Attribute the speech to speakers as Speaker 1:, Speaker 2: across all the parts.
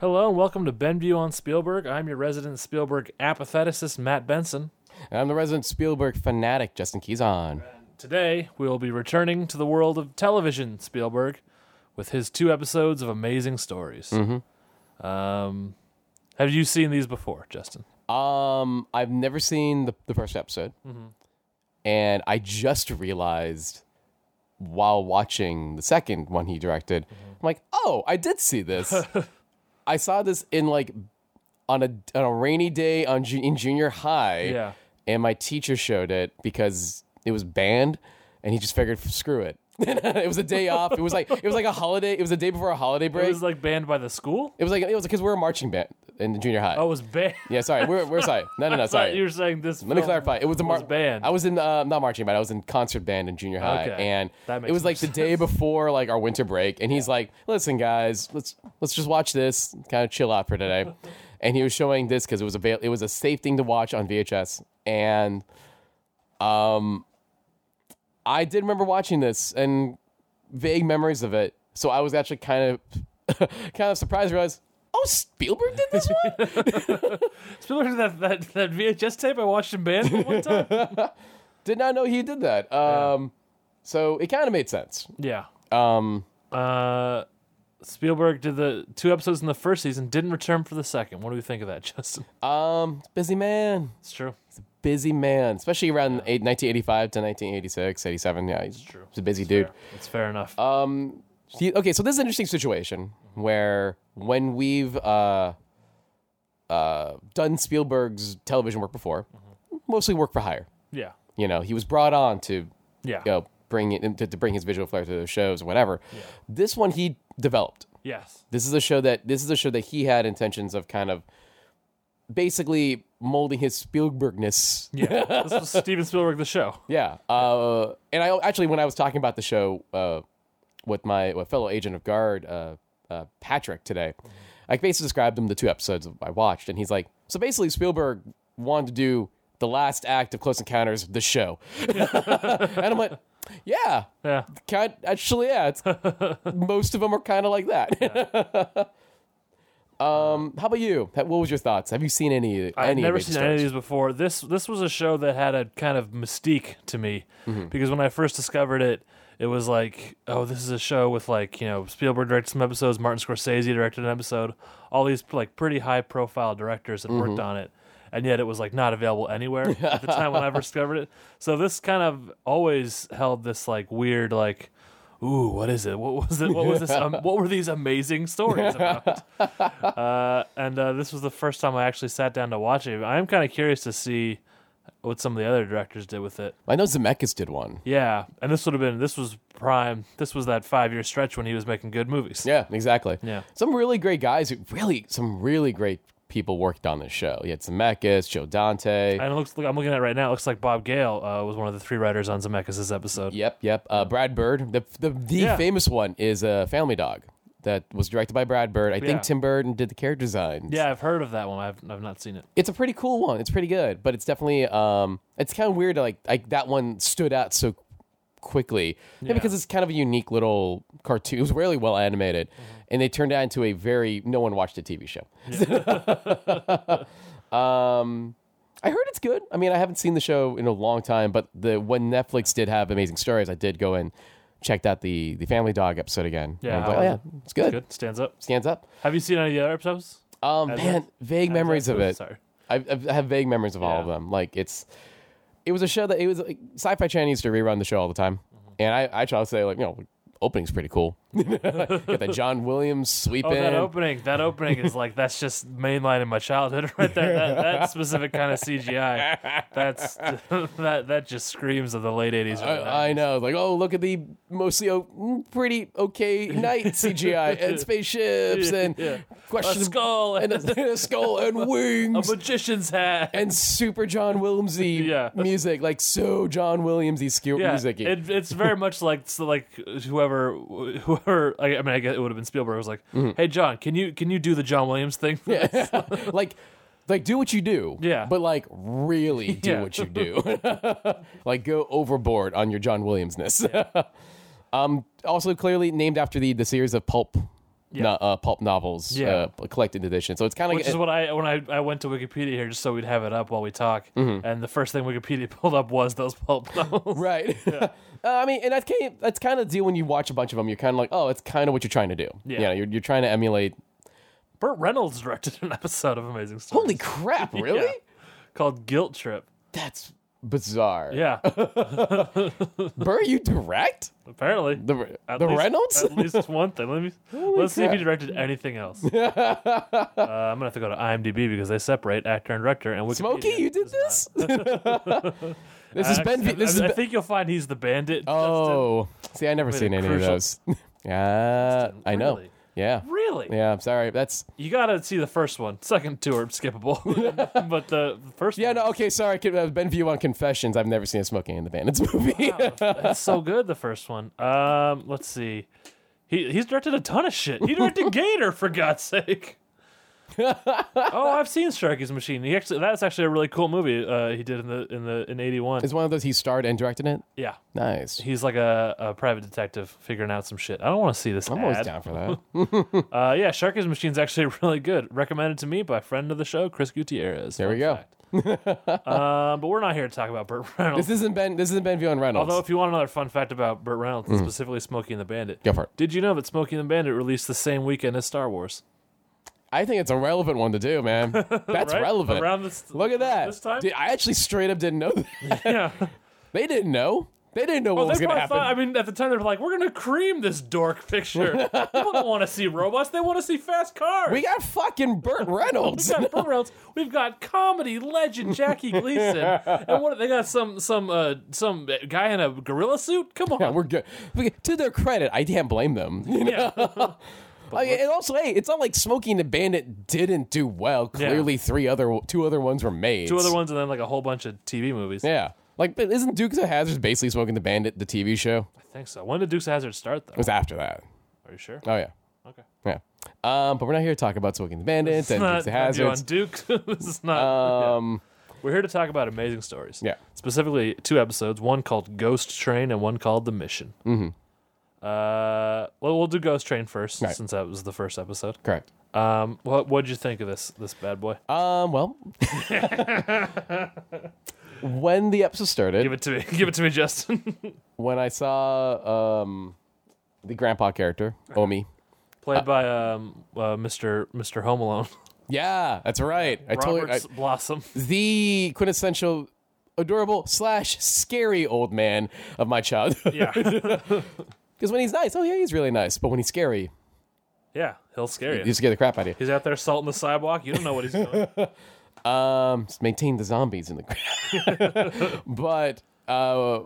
Speaker 1: Hello and welcome to Benview on Spielberg. I'm your resident Spielberg apatheticist, Matt Benson.
Speaker 2: And I'm the resident Spielberg fanatic, Justin Keyson.
Speaker 1: Today, we will be returning to the world of television, Spielberg, with his two episodes of Amazing Stories.
Speaker 2: Mm-hmm.
Speaker 1: Um, have you seen these before, Justin?
Speaker 2: Um, I've never seen the, the first episode, and I just realized while watching the second one he directed, I'm like, oh, I did see this. I saw this in like on a on a rainy day on ju- in junior high,
Speaker 1: Yeah.
Speaker 2: and my teacher showed it because it was banned, and he just figured, screw it. it was a day off. It was like it was like a holiday. It was the day before a holiday break.
Speaker 1: It was like banned by the school?
Speaker 2: It was like it was because we were a marching band in junior high.
Speaker 1: Oh, it was banned.
Speaker 2: yeah. Sorry, we're, we're sorry. No, no, no.
Speaker 1: Sorry. You
Speaker 2: Sorry.
Speaker 1: were saying this.
Speaker 2: Let me clarify. It was a mar-
Speaker 1: band.
Speaker 2: I was in uh, not marching band. I was in concert band in junior high,
Speaker 1: Okay.
Speaker 2: and
Speaker 1: That makes
Speaker 2: it was
Speaker 1: more
Speaker 2: like the day before like our winter break. And he's like, "Listen, guys, let's let's just watch this, kind of chill out for today." and he was showing this because it was avail- It was a safe thing to watch on VHS, and um, I did remember watching this and vague memories of it. So I was actually kind of kind of surprised. to Realize, oh, Spielberg did this one.
Speaker 1: Spielberg did that, that, that VHS tape I watched in band one time?
Speaker 2: did not know he did that. Um, so it kind of made sense.
Speaker 1: yeah.
Speaker 2: Um,
Speaker 1: Uh, Spielberg did the two episodes in the first season, didn't return for the second. What do we think of that, Justin?
Speaker 2: um, busy man,
Speaker 1: It's true.
Speaker 2: busy man, especially around eight, 1985 to 1986, 87. Yeah, he's,
Speaker 1: true.
Speaker 2: he's a busy dude.
Speaker 1: It's fair Mm-hmm. enough.
Speaker 2: Um, he- okay, so this is an interesting situation where when we've uh, uh, done Spielberg's television work before,
Speaker 1: Mm-hmm.
Speaker 2: mostly work for hire.
Speaker 1: yeah.
Speaker 2: You know, he was brought on to
Speaker 1: Yeah.
Speaker 2: you know, bring it to, to bring his visual flair to those shows or whatever. This one he developed.
Speaker 1: Yes.
Speaker 2: This is a show that this is a show that he had intentions of kind of basically molding his Spielbergness.
Speaker 1: Yeah. this was Steven Spielberg, the show.
Speaker 2: Yeah. Uh, and I actually when I was talking about the show uh, with my with fellow agent of guard uh, uh, Patrick today, I basically described him the two episodes I watched, and he's like, so basically Spielberg wanted to do the last act of Close Encounters, the show, and I'm like, yeah,
Speaker 1: Yeah.
Speaker 2: kind actually yeah it's, most of them are kind of like that um how about you Ha- what was your thoughts have you seen any
Speaker 1: I've
Speaker 2: any
Speaker 1: never
Speaker 2: Rachel
Speaker 1: seen any of these
Speaker 2: Stars?
Speaker 1: before. This this was a show that had a kind of mystique to me because when I first discovered it, it was like, oh, this is a show with like you know Spielberg directed some episodes, Martin Scorsese directed an episode, all these like pretty high profile directors had worked on it, and yet it was like not available anywhere at the time when I first discovered it. So this kind of always held this like weird like. Ooh, what is it? What was it? What was this? Um, what were these amazing stories about? uh, and uh, this was the first time I actually sat down to watch it. I'm kind of curious to see what some of the other directors did with it.
Speaker 2: i know zemeckis did one
Speaker 1: Yeah, and this would have been this was prime. This was that five year stretch when he was making good movies.
Speaker 2: yeah exactly
Speaker 1: Yeah.
Speaker 2: some really great guys who really some really great people worked on this show you had zemeckis joe dante
Speaker 1: And it looks like I'm looking at it right now. It looks like Bob Gale uh, was one of the three writers on Zemeckis' episode.
Speaker 2: yep yep uh, brad bird the the, the
Speaker 1: Yeah.
Speaker 2: famous one is uh, family dog that was directed by brad bird i
Speaker 1: Yeah.
Speaker 2: think tim burton did the character design
Speaker 1: Yeah, I've heard of that one. I've I've not seen it.
Speaker 2: it's a pretty cool one. It's pretty good, but it's definitely um, it's kind of weird. Like like that one stood out so quickly Yeah,
Speaker 1: Yeah.
Speaker 2: because it's kind of a unique little cartoon. It was really well animated, and they turned it into a very no one watched a TV show. um, I heard it's good. I mean, I haven't seen the show in a long time, but the when Netflix did have Amazing Stories, I did go and checked out the the Family Dog episode again.
Speaker 1: Yeah,
Speaker 2: And I was like,
Speaker 1: how
Speaker 2: oh
Speaker 1: was
Speaker 2: yeah, it's good.
Speaker 1: Good stands up.
Speaker 2: Stands up.
Speaker 1: Have you seen any of the other episodes?
Speaker 2: Um,
Speaker 1: As
Speaker 2: man,
Speaker 1: is.
Speaker 2: vague memories of it.
Speaker 1: Sorry.
Speaker 2: I, I- I have vague memories of all of
Speaker 1: Yeah.
Speaker 2: them. Like it's, it was a show that it was like, Sci-Fi Channel used to rerun the show all the time,
Speaker 1: Mm-hmm.
Speaker 2: and I I try to say like you know opening's pretty cool. Got the John Williams sweep
Speaker 1: Oh,
Speaker 2: in.
Speaker 1: that opening! That opening is like that's just mainline in my childhood right there. That, that specific kind of CGI, that's that that just screams of the late eighties.
Speaker 2: I, I know, like oh look at the mostly o- mm, pretty okay night CGI and spaceships and
Speaker 1: Yeah. a
Speaker 2: question
Speaker 1: skull
Speaker 2: and
Speaker 1: and a,
Speaker 2: a, skull and wings.
Speaker 1: magician's hat.
Speaker 2: and super John Williamsy
Speaker 1: Yeah.
Speaker 2: music, like so John Williamsy skew
Speaker 1: yeah,
Speaker 2: music.
Speaker 1: it, it's very much like so like whoever whoever. I, I mean, I guess it would have been Spielberg. Was like,
Speaker 2: Mm-hmm.
Speaker 1: hey John, can you can you do the John Williams thing? Yeah,
Speaker 2: like like do what you do
Speaker 1: Yeah.
Speaker 2: but like really do
Speaker 1: Yeah.
Speaker 2: what you do like go overboard on your john williamsness um also clearly named after the the series of pulp
Speaker 1: Yeah.
Speaker 2: no, uh, pulp novels,
Speaker 1: Yeah.
Speaker 2: uh, collected edition. So it's kind of
Speaker 1: Which is what I when I, I went to Wikipedia here just so we'd have it up while we talk,
Speaker 2: Mm-hmm.
Speaker 1: and the first thing Wikipedia pulled up was those pulp novels.
Speaker 2: Right. Uh, I mean, and that's kind that's kind of the deal when you watch a bunch of them. You're kind of like, oh, it's kind of what you're trying to do.
Speaker 1: Yeah.
Speaker 2: You know, you're, you're trying to emulate.
Speaker 1: Burt Reynolds directed an episode of Amazing Stories.
Speaker 2: Holy crap! Really?
Speaker 1: Yeah. called Guilt Trip.
Speaker 2: That's bizarre.
Speaker 1: Yeah,
Speaker 2: Burr, you direct
Speaker 1: apparently
Speaker 2: the
Speaker 1: At
Speaker 2: the
Speaker 1: least-
Speaker 2: Reynolds?
Speaker 1: At least one thing. Let me let's see if he
Speaker 2: crap.
Speaker 1: directed anything else. uh, I'm gonna have to go to IMDb because they separate actor and director. And Wikipedia.
Speaker 2: Smokey, you did this. this
Speaker 1: I,
Speaker 2: has been.
Speaker 1: I,
Speaker 2: This
Speaker 1: I,
Speaker 2: has been.
Speaker 1: think you'll find he's the bandit.
Speaker 2: Oh, see, I never seen any
Speaker 1: Crucial.
Speaker 2: of those. yeah, I know.
Speaker 1: Really?
Speaker 2: Yeah.
Speaker 1: Justin. really?
Speaker 2: Yeah, I'm sorry. That's
Speaker 1: You gotta see the first one. Second two are skippable, but the the first
Speaker 2: yeah.
Speaker 1: one,
Speaker 2: No, okay, sorry. Kid- uh, Ben View on Confessions. I've never seen a Smoking in the Bandits movie.
Speaker 1: that's so good. The first one. Um, let's see. He he's directed a ton of shit. He directed Gator for God's sake. oh, I've seen Sharky's Machine. He actually that's actually a really cool movie. Uh, he did in the in the in eighty one.
Speaker 2: It's one of those he starred and directed it.
Speaker 1: Yeah,
Speaker 2: Nice.
Speaker 1: he's like a, a private detective figuring out some shit. I don't want to see this
Speaker 2: I'm always
Speaker 1: ad.
Speaker 2: down for that.
Speaker 1: Uh, yeah, Sharky's Machine's actually really good. Recommended to me by friend of the show, Chris Gutierrez.
Speaker 2: There we
Speaker 1: Fun
Speaker 2: go.
Speaker 1: fact. um, but we're not here to talk about Burt Reynolds.
Speaker 2: This isn't Ben. This isn't Ben View and Reynolds.
Speaker 1: Although, if you want another fun fact about Burt Reynolds,
Speaker 2: Mm.
Speaker 1: and specifically Smokey and the Bandit,
Speaker 2: Go for it.
Speaker 1: Did you know that Smokey and the Bandit released the same weekend as Star Wars?
Speaker 2: I think it's a relevant one to do, man. That's
Speaker 1: Right?
Speaker 2: relevant.
Speaker 1: Around this,
Speaker 2: Look at that.
Speaker 1: This time,
Speaker 2: Dude, I actually straight up didn't know. That.
Speaker 1: yeah.
Speaker 2: they didn't know. They didn't know what
Speaker 1: Well,
Speaker 2: was
Speaker 1: they
Speaker 2: going to
Speaker 1: probably
Speaker 2: happen.
Speaker 1: thought. I mean, at the time, they were like, "We're gonna cream this dork picture. People don't want to see robots. They want to see fast cars."
Speaker 2: we got fucking Burt Reynolds.
Speaker 1: We've got Burt Reynolds. We've got comedy legend Jackie Gleason, and what they got some some uh, some guy in a gorilla suit. Come on,
Speaker 2: Yeah, we're good. We- To their credit, I can't blame them. You know?
Speaker 1: yeah.
Speaker 2: Like, and also, hey, it's not like Smokey and the Bandit didn't do well. Clearly, three other, two other ones were made.
Speaker 1: two other ones, and then like a whole bunch of TV movies.
Speaker 2: Yeah, like but isn't Dukes of Hazzard basically Smoking the Bandit the TV show?
Speaker 1: I
Speaker 2: It
Speaker 1: think so. When did Dukes of Hazard start though?
Speaker 2: was after that.
Speaker 1: Are you sure?
Speaker 2: Oh yeah.
Speaker 1: Okay.
Speaker 2: Yeah. Um, but we're not here to talk about Smoking the Bandit and Dukes of
Speaker 1: review on
Speaker 2: Hazzard.
Speaker 1: Duke. this is not.
Speaker 2: Um,
Speaker 1: yeah. We're here to talk about amazing stories.
Speaker 2: Yeah.
Speaker 1: Specifically, two episodes: one called Ghost Train and one called The Mission. Mm-hmm. Uh, well, we'll do Ghost Train first,
Speaker 2: Right.
Speaker 1: since that was the first episode.
Speaker 2: correct.
Speaker 1: Um, what what'd you think of this this bad boy?
Speaker 2: Um, well, when the episode started,
Speaker 1: Give it to me. Give it to me, Justin.
Speaker 2: when I saw um, the grandpa character
Speaker 1: Uh-huh.
Speaker 2: Omi.
Speaker 1: Played by um, uh, Mr. Mr. Home Alone.
Speaker 2: Yeah, that's right. I told
Speaker 1: Roberts Blossom.
Speaker 2: the quintessential adorable slash scary old man of my childhood.
Speaker 1: Yeah.
Speaker 2: Because when he's nice, oh yeah, he's really nice. But when he's scary,
Speaker 1: yeah. He'll scare you.
Speaker 2: he scared the crap out of
Speaker 1: He's out there salting the sidewalk. You don't know what he's doing.
Speaker 2: you. Um, just maintain the zombies in the but uh,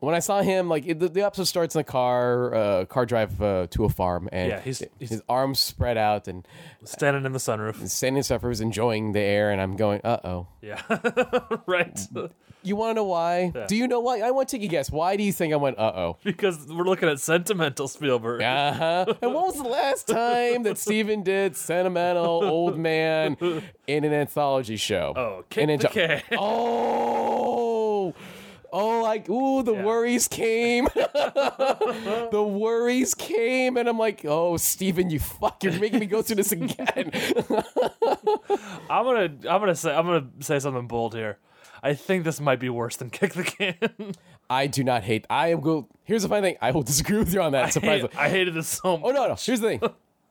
Speaker 2: when I saw him, like it, the, the episode starts in a car, uh, car drive uh, to a farm, and
Speaker 1: Yeah, he's- he's-
Speaker 2: his arms spread out and
Speaker 1: Standing in the sunroof.
Speaker 2: standing suffers, enjoying the air, and I'm going, uh oh.
Speaker 1: Yeah. right.
Speaker 2: You want to know why? Do you know why? I want to take a guess. Why do you think I went, uh oh?
Speaker 1: Because we're looking at sentimental Spielberg.
Speaker 2: Uh huh. And when was the last time that Steven did sentimental old man in an anthology show?
Speaker 1: Oh, kick
Speaker 2: In
Speaker 1: the
Speaker 2: an
Speaker 1: can.
Speaker 2: Oh, oh, like ooh, the worries came. the worries came, and I'm like, oh, Steven, you fuck, you're making me go through this again.
Speaker 1: I'm gonna I'm gonna say I'm gonna say something bold here. I think this might be worse than kick the can.
Speaker 2: I do not hate. I am go. Here's the funny thing. I will disagree with you on that. Surprisingly.
Speaker 1: I hated this so much.
Speaker 2: Oh no, no. Here's the thing.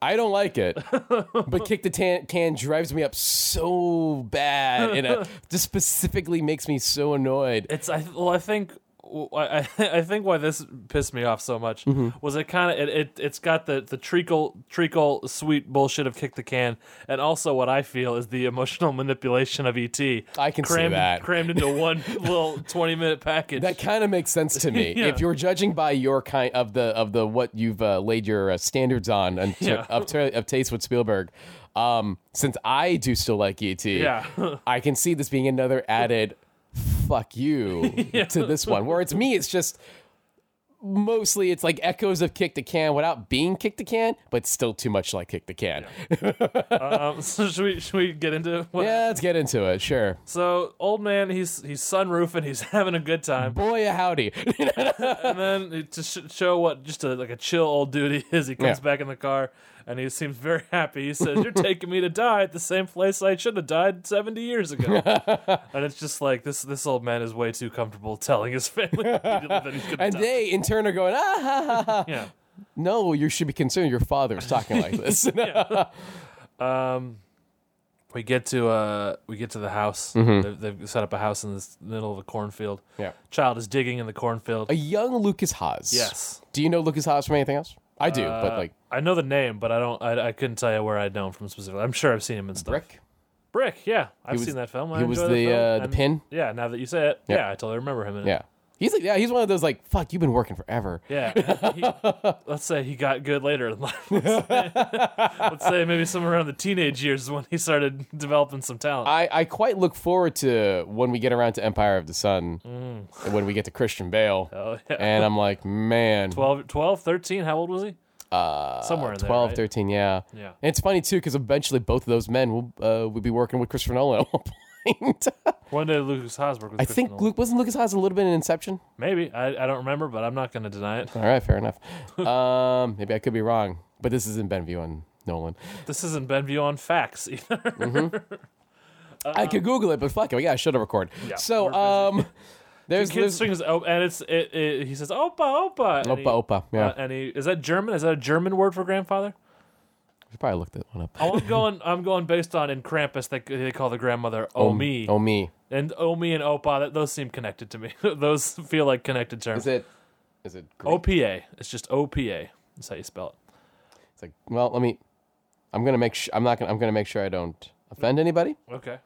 Speaker 2: I don't like it, but kick the tan- can drives me up so bad, and it just specifically makes me so annoyed.
Speaker 1: It's I th- well, I think I, I I think why this pissed me off so much
Speaker 2: Mm-hmm.
Speaker 1: was it kind of it, it it's got the the treacle treacle sweet bullshit of kick the can, and also what I feel is the emotional manipulation of ET.
Speaker 2: I can see
Speaker 1: crammed,
Speaker 2: that.
Speaker 1: crammed into one little twenty minute package.
Speaker 2: That kind of makes sense to me.
Speaker 1: Yeah.
Speaker 2: If you're judging by your kind of the of the what you've uh, laid your uh, standards on and t-
Speaker 1: Yeah.
Speaker 2: of, t- of taste with Spielberg, um, since I do still like E ET,
Speaker 1: Yeah. Uh,
Speaker 2: I can see this being another added fuck you to this one. Where it's me, it's just mostly it's like echoes of Kick the Can without being Kick the Can, but still too much like Kick the Can. Yeah,
Speaker 1: Um, so should we should we get into what?
Speaker 2: let's get into it. Sure.
Speaker 1: So old man, he's he's sunroofing, he's having a good time,
Speaker 2: Boy, howdy.
Speaker 1: and then to sh- show what just a, like a chill old dude he is, he comes
Speaker 2: Yeah.
Speaker 1: back in the car and he seems very happy. He says, "You're taking me to die at the same place I should have died seventy years ago," and it's just like this this old man is way too comfortable telling his family that he's gonna
Speaker 2: and
Speaker 1: die.
Speaker 2: they, in turn, are going, ah, ha, ha, ha.
Speaker 1: yeah.
Speaker 2: no, you should be concerned your father is talking like this.
Speaker 1: we get to uh we get to the house. They've, they've set up a house in the middle of a cornfield.
Speaker 2: Mm-hmm. Yeah. Uh,
Speaker 1: Child is digging in the cornfield.
Speaker 2: A young Lucas Haas.
Speaker 1: yes.
Speaker 2: Do you know Lucas Haas from anything else? I do, but
Speaker 1: Uh,
Speaker 2: like
Speaker 1: I know the name, but I don't. I, I couldn't tell you where I'd known from specifically. I'm sure I've seen him in stuff.
Speaker 2: Brick.
Speaker 1: Brick. Yeah, I've
Speaker 2: was-
Speaker 1: seen that film. I
Speaker 2: he was
Speaker 1: enjoy that
Speaker 2: the,
Speaker 1: film,
Speaker 2: uh, the
Speaker 1: and-
Speaker 2: pin?
Speaker 1: Yeah. Now that you say it, yeah, I totally remember him in it.
Speaker 2: Yeah. He's like, yeah, he's one of those like, fuck, you've been working forever.
Speaker 1: Yeah. He- let's say he got good later in life. Let's say, let's say maybe somewhere around the teenage years is when he started developing some talent.
Speaker 2: I, I quite look forward to when we get around to Empire of the Sun,
Speaker 1: Mm.
Speaker 2: and when we get to Christian Bale.
Speaker 1: oh yeah.
Speaker 2: And I'm like, man,
Speaker 1: 12, 12, 13, How old was he? Uh, Somewhere in
Speaker 2: 12,
Speaker 1: there.
Speaker 2: 13, yeah.
Speaker 1: Yeah.
Speaker 2: And it's funny, too, because eventually both of those men will, uh, will be working with Christopher Nolan at one point.
Speaker 1: right? When did Lucas Haas work with
Speaker 2: I think
Speaker 1: Nolan?
Speaker 2: Luke wasn't Lucas Haas a little bit in Inception?
Speaker 1: Maybe. I, I don't remember, but I'm not going to deny it.
Speaker 2: All right, fair enough. um, maybe I could be wrong, but this isn't Benview and Nolan.
Speaker 1: This isn't Benview on facts either. Uh-huh.
Speaker 2: I could Google it, but fuck it, we gotta shut up record. so, um, there's,
Speaker 1: Kid
Speaker 2: there's
Speaker 1: sings oh, and it's it, it, he says opa opa and he-
Speaker 2: Opa, opa, yeah.
Speaker 1: uh, and he is that German? Is that a German word for grandfather?
Speaker 2: we probably looked that one up.
Speaker 1: Oh, I'm going I'm going based on in Krampus they they call the grandmother Omi
Speaker 2: Oh me,
Speaker 1: and Omi and opa that, those seem connected to me. those feel like connected terms.
Speaker 2: is it? Is it?
Speaker 1: Oh.
Speaker 2: Greek?
Speaker 1: OPA. It's just OPA. That's how you spell it.
Speaker 2: It's like, well, let me. I'm gonna make. Sh- I'm not gonna. I'm gonna make sure I don't offend anybody.
Speaker 1: Okay.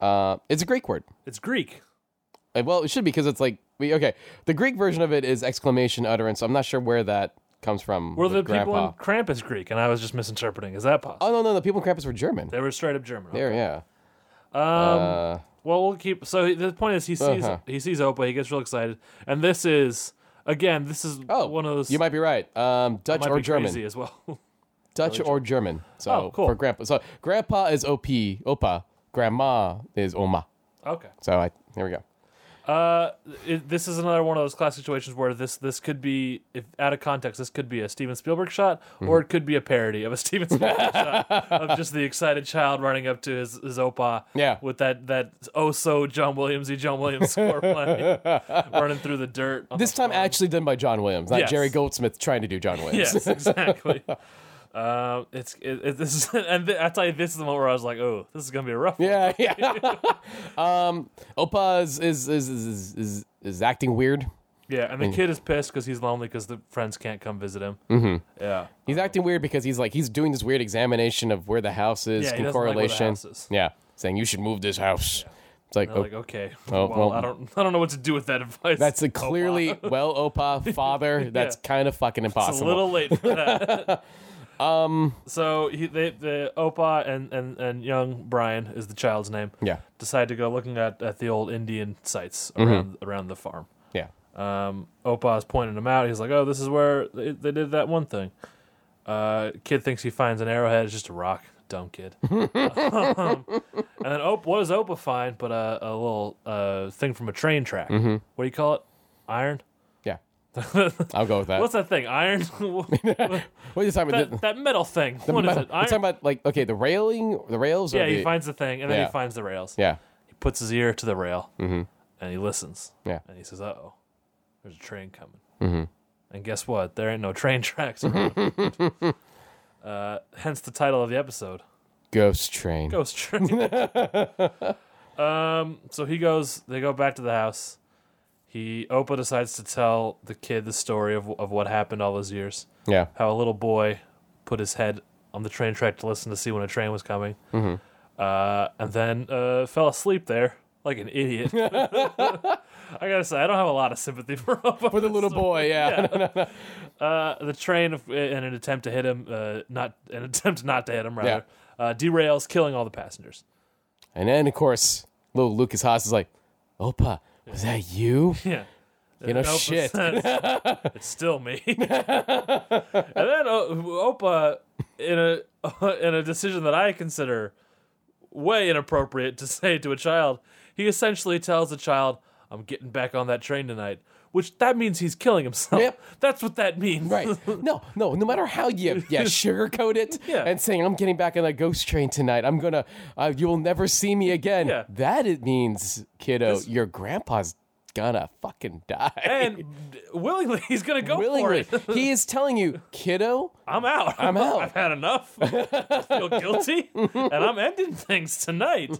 Speaker 2: Uh, it's a Greek word.
Speaker 1: It's Greek.
Speaker 2: Uh, Well, it should be because it's like we okay. The Greek version of it is exclamation utterance. So I'm not sure where that comes from.
Speaker 1: Were
Speaker 2: with
Speaker 1: the
Speaker 2: grandpa.
Speaker 1: people in Krampus Greek and I was just misinterpreting. Is that possible?
Speaker 2: Oh no no the people in Krampus were German.
Speaker 1: they were straight up German.
Speaker 2: There yeah. Uh,
Speaker 1: Well, we'll keep. So the point is, he sees
Speaker 2: Uh-huh.
Speaker 1: he sees Opa. He gets real excited, and this is again, this is
Speaker 2: oh,
Speaker 1: one of those
Speaker 2: You might be right. Um, Dutch
Speaker 1: might
Speaker 2: or
Speaker 1: be
Speaker 2: German.
Speaker 1: crazy as well.
Speaker 2: Dutch or German. So
Speaker 1: Oh, cool.
Speaker 2: for grandpa. So grandpa is op opa. Grandma is oma.
Speaker 1: okay,
Speaker 2: So I there we go.
Speaker 1: uh, it, this is another one of those class situations where this this could be, if out of context, this could be a Steven Spielberg shot,
Speaker 2: Mm-hmm.
Speaker 1: or it could be a parody of a Steven Spielberg shot of just the excited child running up to his, his Opa,
Speaker 2: Yeah.
Speaker 1: with that that oh so John Williamsy John Williams score playing, running through the dirt. on
Speaker 2: This
Speaker 1: the
Speaker 2: time
Speaker 1: floor.
Speaker 2: actually done by John Williams, not
Speaker 1: Yes.
Speaker 2: Jerry Goldsmith trying to do John Williams.
Speaker 1: Yes, exactly. um, it's it, it, this is, and th- I tell you, this is the moment where I was like, "Oh, this is gonna be a rough." one.
Speaker 2: Yeah, yeah. um, Opa is is, is is is is acting weird.
Speaker 1: yeah.
Speaker 2: Mm.
Speaker 1: And the kid is pissed because he's lonely because the friends can't come visit him. Mm-hmm. Yeah,
Speaker 2: He's acting weird because he's like he's doing this weird examination of where the house is
Speaker 1: Yeah, he
Speaker 2: in
Speaker 1: doesn't like where the
Speaker 2: correlation.
Speaker 1: house is.
Speaker 2: Yeah, saying you should move this house. It's like,
Speaker 1: They're
Speaker 2: oh,
Speaker 1: like, "Okay,
Speaker 2: Oh,
Speaker 1: well,
Speaker 2: well-
Speaker 1: I don't, I don't know what to do with that advice."
Speaker 2: that's a clearly well, Opa father. That's kind of fucking impossible.
Speaker 1: It's a little late for that. um.
Speaker 2: Um,
Speaker 1: So he, they, the Opa and, and and young Brian is the child's name.
Speaker 2: yeah,
Speaker 1: Decide to go looking at, at the old Indian sites
Speaker 2: Mm-hmm.
Speaker 1: around around the farm.
Speaker 2: yeah.
Speaker 1: Um, Opa's pointing him out. He's like, "Oh, this is where they, they did that one thing." Uh, kid thinks he finds an arrowhead. It's just a rock. Dumb kid. um, and then Opa, what does Opa find? But a, a little uh, thing from a train track. What do you call it? Iron.
Speaker 2: Yeah. I'll go with that.
Speaker 1: What's that thing? Iron.
Speaker 2: what are you talking about?
Speaker 1: that, that metal thing. What is
Speaker 2: We're
Speaker 1: it? Iron.
Speaker 2: talking about like okay, the railing, the rails.
Speaker 1: yeah,
Speaker 2: or the,
Speaker 1: he finds the thing, and then
Speaker 2: Yeah.
Speaker 1: he finds the rails.
Speaker 2: yeah,
Speaker 1: He puts his ear to the rail, and he listens.
Speaker 2: yeah.
Speaker 1: And he says, "Uh oh, there's a train coming." Mm-hmm. And guess what? There ain't no train tracks. around. uh, hence the title of the episode,
Speaker 2: Ghost train.
Speaker 1: Ghost Train. um, so he goes. They go back to the house. He Opa decides to tell the kid the story of of what happened all those years.
Speaker 2: Yeah,
Speaker 1: How a little boy put his head on the train track to listen to see when a train was coming, uh, and then uh, fell asleep there like an idiot. I gotta say, I don't have a lot of sympathy for Opa.
Speaker 2: for the little boy. Yeah,
Speaker 1: Uh, the train, uh, in an attempt to hit him, uh, not an attempt not to hit him, rather, uh, derails, killing all the passengers.
Speaker 2: and then of course, little Lucas Haas is like, "Opa, was that you?"
Speaker 1: Yeah,
Speaker 2: You know,
Speaker 1: Nope,
Speaker 2: shit.
Speaker 1: It's, it's still me. and then o- Opa, in a in a decision that I consider way inappropriate to say to a child, he essentially tells the child, "I'm getting back on that train tonight," which that means he's killing himself.
Speaker 2: Yep.
Speaker 1: That's what that means.
Speaker 2: Right. No, no, no matter how you yeah, sugarcoat it
Speaker 1: Yeah.
Speaker 2: and saying, I'm getting back on the ghost train tonight. I'm going to, uh, you will never see me again.
Speaker 1: Yeah.
Speaker 2: That it means, kiddo, your grandpa's gonna fucking die.
Speaker 1: And willingly, he's gonna go
Speaker 2: Willingly.
Speaker 1: for it.
Speaker 2: he is telling you, kiddo,
Speaker 1: I'm out.
Speaker 2: I'm out.
Speaker 1: I've had enough. I feel guilty, and I'm ending things tonight.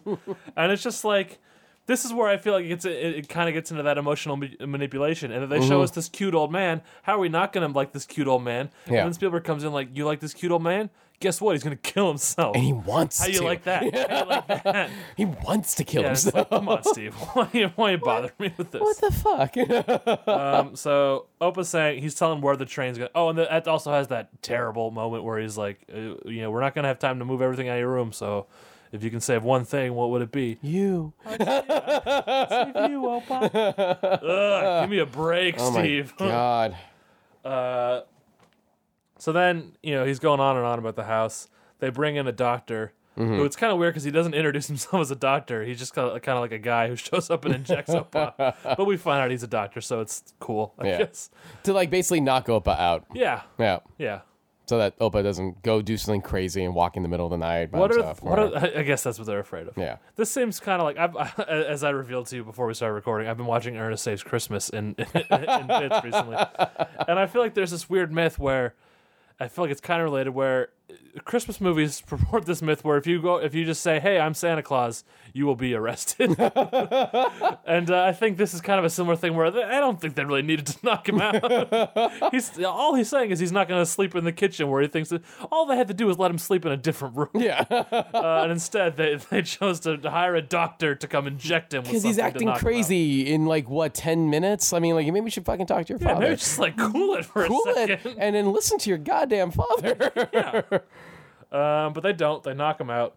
Speaker 1: And it's just like this is where I feel like it gets it, it kind of gets into that emotional ma- manipulation. And if they
Speaker 2: Mm-hmm.
Speaker 1: show us this cute old man, how are we not going to like this cute old man?
Speaker 2: Yeah.
Speaker 1: And then Spielberg comes in like, "You like this cute old man? Guess what? He's going to kill himself."
Speaker 2: and he wants
Speaker 1: how
Speaker 2: to.
Speaker 1: you like that? How you like that? And
Speaker 2: He wants to kill
Speaker 1: it's
Speaker 2: himself.
Speaker 1: like, come on, Steve. Why you, why you bother me with this?
Speaker 2: What the fuck?
Speaker 1: Um, so Opa's saying he's telling where the train's going. Oh, and the, that also has that terrible moment where he's like, uh, you know, we're not going to have time to move everything out of your room. So if you can save one thing, what would it be?
Speaker 2: you.
Speaker 1: Save you, Opa. Ugh, give me a break,
Speaker 2: Oh my
Speaker 1: Steve.
Speaker 2: God.
Speaker 1: So then, you know, he's going on and on about the house. They bring in a doctor.
Speaker 2: Mm-hmm.
Speaker 1: Who it's kind of weird because he doesn't introduce himself as a doctor. He's just kind of, kind of like a guy who shows up and injects Opa. But we find out he's a doctor, so it's cool, I
Speaker 2: Yeah.
Speaker 1: guess.
Speaker 2: To like basically knock Opa out.
Speaker 1: Yeah.
Speaker 2: Yeah.
Speaker 1: Yeah.
Speaker 2: So that Opa doesn't go do something crazy and walk in the middle of the night by
Speaker 1: What are,
Speaker 2: himself.
Speaker 1: what are I guess that's what they're afraid of.
Speaker 2: Yeah.
Speaker 1: This seems kind of like I've, I, as I revealed to you before we started recording. I've been watching Ernest Saves Christmas in in, bits recently, and I feel like there's this weird myth where I feel like it's kind of related where Christmas movies purport this myth where if you go if you just say hey I'm Santa Claus you will be arrested, and uh, I think this is kind of a similar thing where they, I don't think they really needed to knock him out. he's all he's saying is he's not going to sleep in the kitchen where he thinks that all they had to do was let him sleep in a different room.
Speaker 2: yeah.
Speaker 1: Uh, and instead, they, they chose to hire a doctor to come inject him
Speaker 2: Because
Speaker 1: because
Speaker 2: he's acting crazy in like what ten minutes? I mean, like maybe you should fucking talk to your
Speaker 1: Yeah,
Speaker 2: father.
Speaker 1: maybe just like cool it for
Speaker 2: Cool
Speaker 1: a second.
Speaker 2: it, and then listen to your goddamn father.
Speaker 1: Um, but they don't. They knock him out.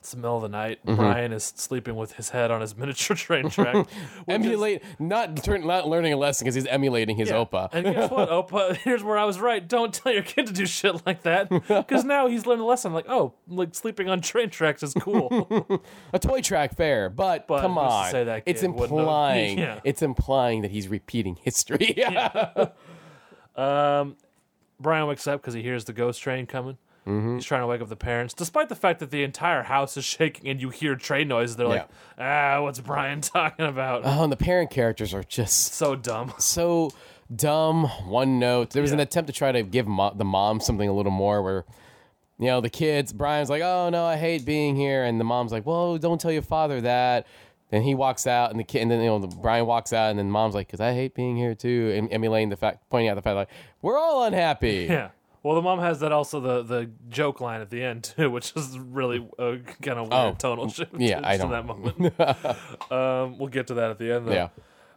Speaker 1: It's the middle of the night.
Speaker 2: Mm-hmm.
Speaker 1: Brian is sleeping with his head on his miniature train track. which is-
Speaker 2: Emulate, not turn, not learning a lesson because he's emulating his
Speaker 1: Yeah.
Speaker 2: opa.
Speaker 1: And guess what, Opa? Here's where I was right. Don't tell your kid to do shit like that. Because now he's learned a lesson. Like, oh, like sleeping on train tracks is cool.
Speaker 2: a toy track, fair, but,
Speaker 1: But
Speaker 2: come
Speaker 1: who's to
Speaker 2: on,
Speaker 1: say that
Speaker 2: it's
Speaker 1: kid wouldn't have-
Speaker 2: implying,
Speaker 1: Yeah.
Speaker 2: it's implying that he's repeating history.
Speaker 1: Brian wakes up because he hears the ghost train coming.
Speaker 2: Mm-hmm.
Speaker 1: He's trying to wake up the parents, despite the fact that the entire house is shaking and you hear train noises. They're like, "Ah, what's Brian talking about?"
Speaker 2: Oh, and the parent characters are just
Speaker 1: so dumb.
Speaker 2: so dumb. One note. There was an attempt to try to give mo- the mom something a little more where. You know, the kids, Brian's like, oh no, I hate being here. And the mom's like, well, don't tell your father that. And he walks out, and the kid, and then, you know, the, Brian walks out, and then mom's like, because I hate being here too. And emulating the fact, pointing out the fact, like, we're all unhappy.
Speaker 1: Yeah. Well, the mom has that also the the joke line at the end too, which is really uh, kind of weird
Speaker 2: Oh,
Speaker 1: tonal shift.
Speaker 2: yeah, I
Speaker 1: to
Speaker 2: don't-
Speaker 1: that moment. um, we'll get to that at the end. Though.
Speaker 2: Yeah.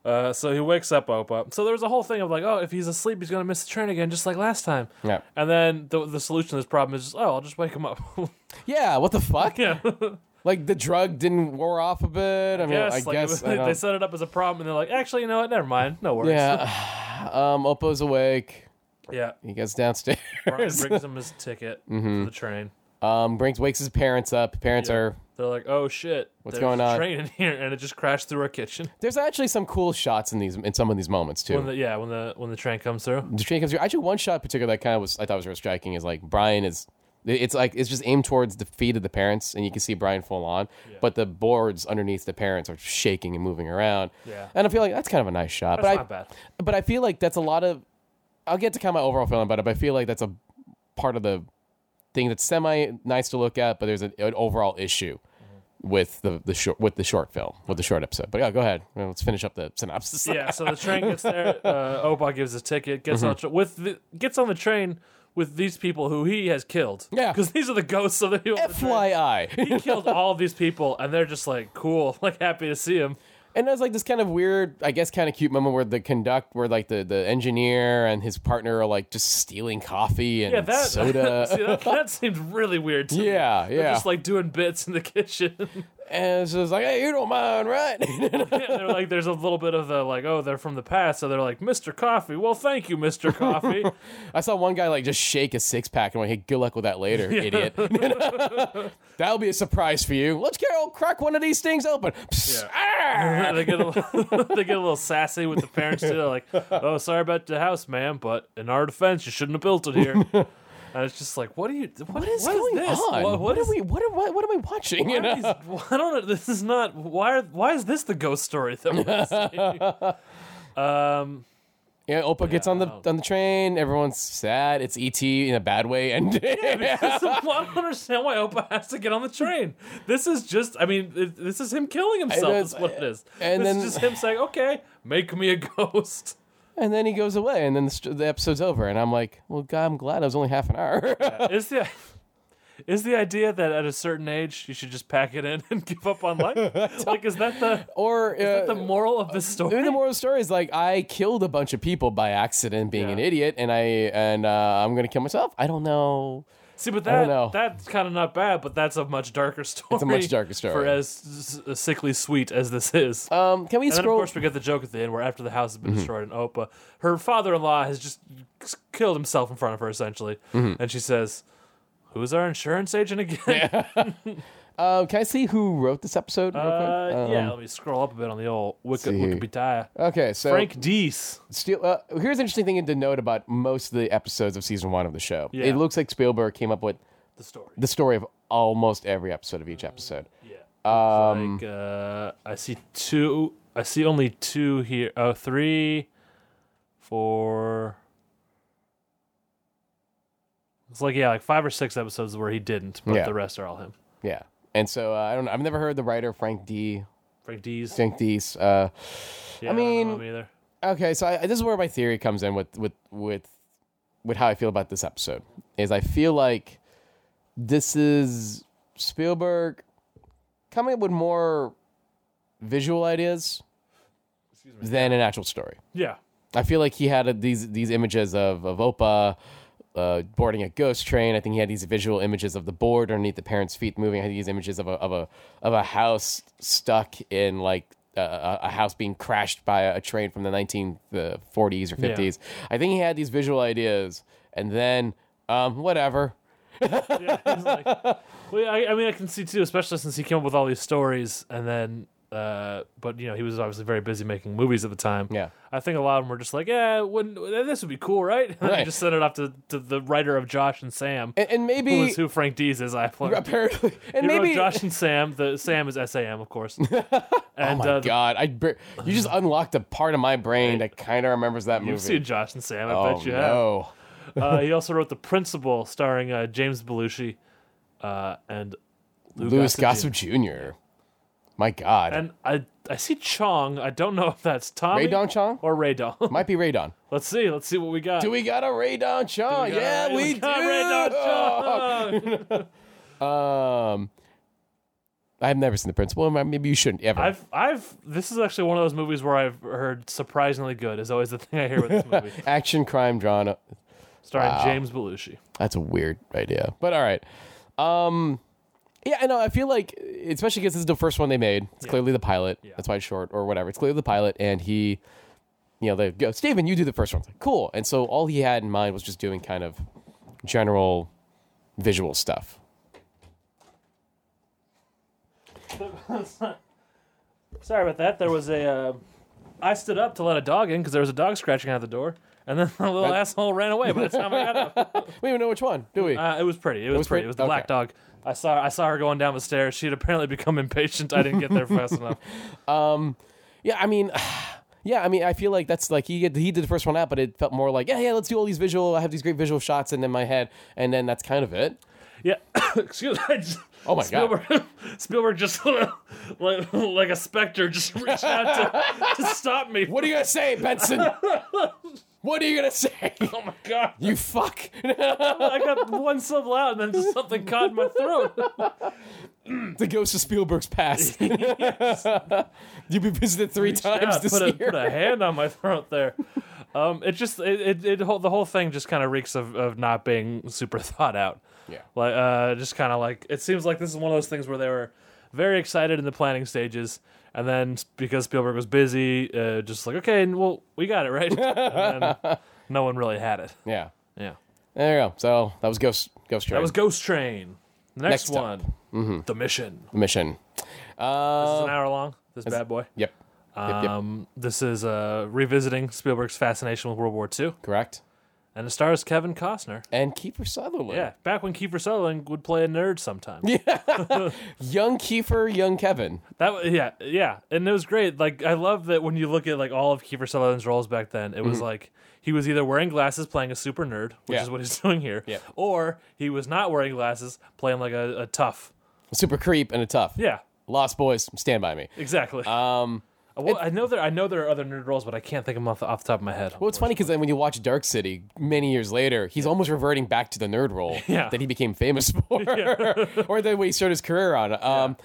Speaker 1: Uh, so he wakes up Opa. So there was a whole thing of like, oh, if he's asleep, he's gonna miss the train again, just like last time.
Speaker 2: Yeah.
Speaker 1: And then the the solution to this problem is just, oh, I'll just wake him up.
Speaker 2: Yeah, what the fuck?
Speaker 1: yeah.
Speaker 2: Like, the drug didn't wore off a bit. I mean,
Speaker 1: Yes,
Speaker 2: I
Speaker 1: like,
Speaker 2: guess. I
Speaker 1: they,
Speaker 2: don't-
Speaker 1: set it up as a problem, and they're like, actually, you know what? Never mind. No worries.
Speaker 2: yeah. Um, Oppo's awake.
Speaker 1: yeah.
Speaker 2: He gets downstairs.
Speaker 1: Brian brings him his ticket
Speaker 2: Mm-hmm.
Speaker 1: to the train.
Speaker 2: Um, brings wakes his parents up. Parents are
Speaker 1: They're like, "Oh shit, what's
Speaker 2: going on?"
Speaker 1: A train in here, and it just crashed through our kitchen.
Speaker 2: there's actually some cool shots in these in some of these moments too.
Speaker 1: When the, yeah, when the when the train comes through,
Speaker 2: the train comes through. Actually, one shot in particular that kind of was I thought was real striking is like Brian is. It's like it's just aimed towards the feet of the parents, and you can see Brian full on, but the boards underneath the parents are shaking and moving around.
Speaker 1: Yeah.
Speaker 2: and I feel like that's kind of a nice shot.
Speaker 1: that's
Speaker 2: but I,
Speaker 1: not bad.
Speaker 2: but I feel like that's a lot of. I'll get to kind of my overall feeling about it, but I feel like that's a part of the thing that's semi nice to look at, but there's an, an overall issue
Speaker 1: Mm-hmm.
Speaker 2: with the the short with the short film with the short episode. But yeah, go ahead. Well, Let's finish up the synopsis.
Speaker 1: Yeah, so the train gets there. Uh, Opa gives his ticket, gets
Speaker 2: Mm-hmm.
Speaker 1: on the tra- with the, gets on the train with these people who he has killed.
Speaker 2: Yeah.
Speaker 1: because these are the ghosts of the people. on the train.
Speaker 2: FYI,
Speaker 1: He killed all of these people, and they're just like cool, like happy to see him.
Speaker 2: and there's like this kind of weird, I guess, kind of cute moment where the conduct, where like the, the engineer and his partner are like just stealing coffee and
Speaker 1: Yeah, that
Speaker 2: soda.
Speaker 1: see, that, that seemed really weird. To me.
Speaker 2: uh, Yeah,
Speaker 1: They're
Speaker 2: yeah.
Speaker 1: just like doing bits in the kitchen.
Speaker 2: And it's just like, hey, you don't mind, right?
Speaker 1: Yeah, they're like, there's a little bit of the like, oh, they're from the past, so they're like, Mr. Coffee. Well, thank you, Mr. Coffee.
Speaker 2: I saw one guy like just shake a six pack and went, hey, good luck with that later, idiot. That'll be a surprise for you. Let's go crack one of these things open. Psst, ah!
Speaker 1: they get a, they get a little sassy with the parents too. They're like, oh, sorry about the house, ma'am, but in our defense, you shouldn't have built it here. and it's just like, what are you?
Speaker 2: What is
Speaker 1: what
Speaker 2: going
Speaker 1: this?
Speaker 2: on?
Speaker 1: What, what
Speaker 2: are
Speaker 1: is
Speaker 2: we? What are what, what am I watching? You
Speaker 1: Why
Speaker 2: know?
Speaker 1: are these- I don't know. This is not. Why? Are, why is this the ghost story that we're seeing? Um,
Speaker 2: Yeah, Opa gets on the on the train. Everyone's sad. It's ET in a bad way, and
Speaker 1: I don't understand why Opa has to get on the train. This is just. I mean, it, this is him killing himself.
Speaker 2: then-
Speaker 1: Is what it is.
Speaker 2: and
Speaker 1: this
Speaker 2: then-
Speaker 1: is just him saying, "Okay, make me a ghost."
Speaker 2: and then he goes away, and then the, st- the episode's over, and I'm like, well, God, I'm glad it was only half an hour.
Speaker 1: Is the is the idea that at a certain age you should just pack it in and give up on life? like, is that the
Speaker 2: or uh,
Speaker 1: the moral of this story?
Speaker 2: Maybe the moral of the story is like I killed a bunch of people by accident, being
Speaker 1: Yeah.
Speaker 2: an idiot, and I and uh, I'm gonna kill myself. I don't know.
Speaker 1: See, but
Speaker 2: don't
Speaker 1: that
Speaker 2: know.
Speaker 1: that's kind of not bad, but that's a much darker story. It's
Speaker 2: a much darker story.
Speaker 1: for as s- sickly sweet as this is.
Speaker 2: Um, can we
Speaker 1: and then, of
Speaker 2: scroll?
Speaker 1: course, we get the joke at the end where after the house has
Speaker 2: Mm-hmm.
Speaker 1: been destroyed, and Opa, her father-in-law, has just s- killed himself in front of her, essentially,
Speaker 2: Mm-hmm.
Speaker 1: and she says. Who's our insurance agent again?
Speaker 2: uh, can I see who wrote this episode? Real quick? Um,
Speaker 1: Uh, yeah, let me scroll up a bit on the old Wiki,
Speaker 2: Uh-huh. see here.
Speaker 1: Wikipedia.
Speaker 2: Okay, so
Speaker 1: Frank Deese.
Speaker 2: Steel, uh, here's an interesting thing to note about most of the episodes of season one of the show.
Speaker 1: Yeah.
Speaker 2: It looks like Spielberg came up with
Speaker 1: The story.
Speaker 2: the story of almost every episode of each episode.
Speaker 1: Yeah.
Speaker 2: Um,
Speaker 1: like, uh, I see two. I see only two here. Oh, three, four. It's like yeah, like five or six episodes where he didn't, but
Speaker 2: Yeah.
Speaker 1: the rest are all him.
Speaker 2: Yeah, and so uh, I don't. know. I've never heard the writer Frank D.
Speaker 1: Frank D's.
Speaker 2: Frank Dees. Uh,
Speaker 1: Yeah,
Speaker 2: I
Speaker 1: don't know
Speaker 2: mean-
Speaker 1: him either.
Speaker 2: okay so I, this is where my theory comes in with with with with how i feel about this episode is i feel like this is spielberg coming up with more visual ideas than an actual story
Speaker 1: Yeah,
Speaker 2: i feel like he had uh these these images of of opa uh, boarding a ghost train. I think he had these visual images of the board underneath the parents' feet moving. I had these images of a of a of a house stuck in like a- a, a house being crashed by a train from the 1940s or 50s. I think he had these visual ideas, and then um, whatever.
Speaker 1: yeah. it's like- well, yeah, I, I mean, I can see too, especially since he came up with all these stories, and then, uh, but you know, he was obviously very busy making movies at the time.
Speaker 2: Yeah.
Speaker 1: I think a lot of them were just like, yeah, wouldn't this would be cool, right? And then he
Speaker 2: Right.
Speaker 1: just sent it off to, to the writer of Josh and Sam.
Speaker 2: And, and maybe
Speaker 1: who is who Frank Dees is. I learned.
Speaker 2: apparently, and
Speaker 1: He wrote
Speaker 2: maybe
Speaker 1: Josh and Sam. The Sam is S A M, of course. And
Speaker 2: Oh my
Speaker 1: uh, the-
Speaker 2: god! I br- you just unlocked a part of my brain that kind of remembers that movie.
Speaker 1: you've seen Josh and Sam. I
Speaker 2: oh
Speaker 1: bet you
Speaker 2: no!
Speaker 1: have. Uh, he also wrote The Principal, starring uh, James Belushi uh, and Lou
Speaker 2: Louis
Speaker 1: Gossett
Speaker 2: Gossett Jr. My god!
Speaker 1: And I I see Chong. I don't know if that's Tommy
Speaker 2: Ray Dong Chong?
Speaker 1: or Ray Dong.
Speaker 2: Might be Radon.
Speaker 1: Let's see. Let's see what we got.
Speaker 2: Do we got a Radon Chong?
Speaker 1: We got
Speaker 2: Yeah,
Speaker 1: Ray-
Speaker 2: we do.
Speaker 1: got Ray Dong Chong.
Speaker 2: Um, I've never seen the principal. Maybe you shouldn't ever.
Speaker 1: I've I've this is actually one of those movies where I've heard surprisingly good is always the thing I hear with this movie.
Speaker 2: Action crime drama.
Speaker 1: Starring James Belushi.
Speaker 2: That's a weird idea, but all right. Um, yeah, I know. I feel like, especially because this is the first one they made. It's clearly the pilot. That's why it's short or whatever. It's clearly the pilot, and he, you know, they go, Steven, you do the first one. It's like, cool. And so all he had in mind was just doing kind of general visual stuff.
Speaker 1: Sorry about that. There was a uh, I stood up to let a dog in because there was a dog scratching out the door, and then the little asshole ran away. By the time I got up,
Speaker 2: We don't even know which one, do we?
Speaker 1: Uh, it was pretty. It was,
Speaker 2: was
Speaker 1: pretty.
Speaker 2: pretty?
Speaker 1: It was the black
Speaker 2: Okay.
Speaker 1: dog. I saw I saw her going down the stairs. She had apparently become impatient. I didn't get there fast enough.
Speaker 2: Yeah, I mean, yeah, I mean, I feel like that's like he he did the first one out, but it felt more like yeah, yeah, let's do all these visual. I have these great visual shots in, in my head, and then that's kind of it.
Speaker 1: Yeah. Excuse me. I just-
Speaker 2: Oh my God.
Speaker 1: Spielberg, god. Spielberg just like like a specter just reached out to, to stop me.
Speaker 2: What are you gonna say, Benson? what are you gonna say?
Speaker 1: Oh my god.
Speaker 2: You fuck.
Speaker 1: I got one sub loud and then just something caught in my throat.
Speaker 2: the ghost of Spielberg's past. You've been visited three times
Speaker 1: Yeah,
Speaker 2: this
Speaker 1: put, a,
Speaker 2: year.
Speaker 1: put a hand on my throat there. Um, it just it, it, it whole- the whole thing just kind of reeks of, of not being super thought out.
Speaker 2: Yeah.
Speaker 1: like uh, just kind of like it seems like this is one of those things where they were very excited in the planning stages. And then s- because Spielberg was busy, uh, just like, okay, and well, we got it, right? and then no one really had it.
Speaker 2: Yeah.
Speaker 1: Yeah.
Speaker 2: There you go. So that was Ghost Ghost Train.
Speaker 1: That was Ghost Train. The next,
Speaker 2: Next up.
Speaker 1: one, The Mission.
Speaker 2: the mission.
Speaker 1: This is
Speaker 2: Uh,
Speaker 1: an hour long, this bad boy.
Speaker 2: yep. Yep, yep.
Speaker 1: Um, This is uh, revisiting Spielberg's fascination with World War II.
Speaker 2: Correct.
Speaker 1: And it stars Kevin Costner.
Speaker 2: And Kiefer Sutherland.
Speaker 1: Yeah, back when Kiefer Sutherland would play a nerd sometimes.
Speaker 2: Young Kiefer, young Kevin.
Speaker 1: That wa- yeah yeah, and it was great. Like I love that when you look at like all of Kiefer Sutherland's roles back then, it was like he was either wearing glasses playing a super nerd, which
Speaker 2: Mm-hmm. Yeah.
Speaker 1: is what he's doing here,
Speaker 2: Yep.
Speaker 1: or he was not wearing glasses playing like a, a tough.
Speaker 2: Super creep and a tough.
Speaker 1: Yeah,
Speaker 2: Lost Boys, stand by me.
Speaker 1: exactly. Uh,
Speaker 2: Um,
Speaker 1: well, I know there I know there are other nerd roles, but I can't think of them off the, off the top of my head.
Speaker 2: well, it's funny because then when you watch Dark City many years later, he's almost reverting back to the nerd role
Speaker 1: Yeah.
Speaker 2: that he became famous for, or the way he started his career on. Um,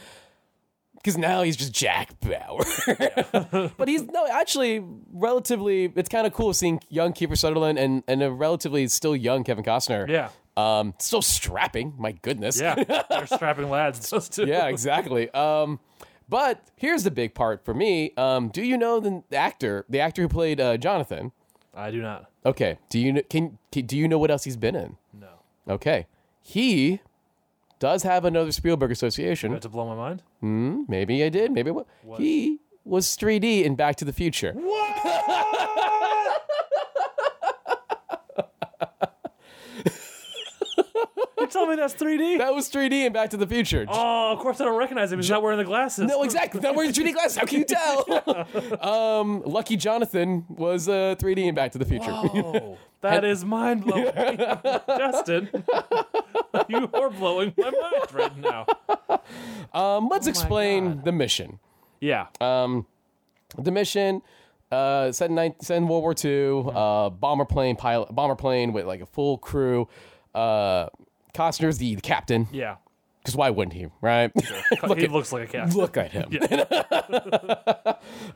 Speaker 2: because now he's just Jack Bauer, but he's no actually relatively. It's kind of cool seeing young Kiefer Sutherland and and a relatively still young Kevin Costner.
Speaker 1: Yeah,
Speaker 2: um, still strapping. My goodness,
Speaker 1: yeah, they're strapping lads. Those two.
Speaker 2: yeah, exactly. Um, but here's the big part for me. Um, do you know the, the actor, the actor who played uh, Jonathan?
Speaker 1: I do not.
Speaker 2: Okay. Do you kn- can, can do you know what else he's been in?
Speaker 1: No,
Speaker 2: Okay, he does have another Spielberg association.
Speaker 1: had to blow my mind.
Speaker 2: Mm, maybe I did. Maybe I wa- he was 3D in Back to the Future. What?
Speaker 1: You tell me that's 3D.
Speaker 2: That was 3D in Back to the Future.
Speaker 1: oh, of course I don't recognize him. He's not wearing the glasses.
Speaker 2: No, exactly. Not wearing 3D glasses. How can you tell? um, Lucky Jonathan was uh, 3D in Back to the Future.
Speaker 1: Oh, that is mind blowing, Justin. you are blowing my mind right now.
Speaker 2: Um,
Speaker 1: Oh
Speaker 2: let's explain the mission.
Speaker 1: Yeah,
Speaker 2: Uh, The mission uh, set, in nine set in World War II.
Speaker 1: Mm-hmm.
Speaker 2: Uh, bomber plane pilot, bomber plane with like a full crew. Uh, Costner's the, the captain.
Speaker 1: yeah.
Speaker 2: Because why wouldn't he, right?
Speaker 1: he looks like a captain.
Speaker 2: Look at him.
Speaker 1: That's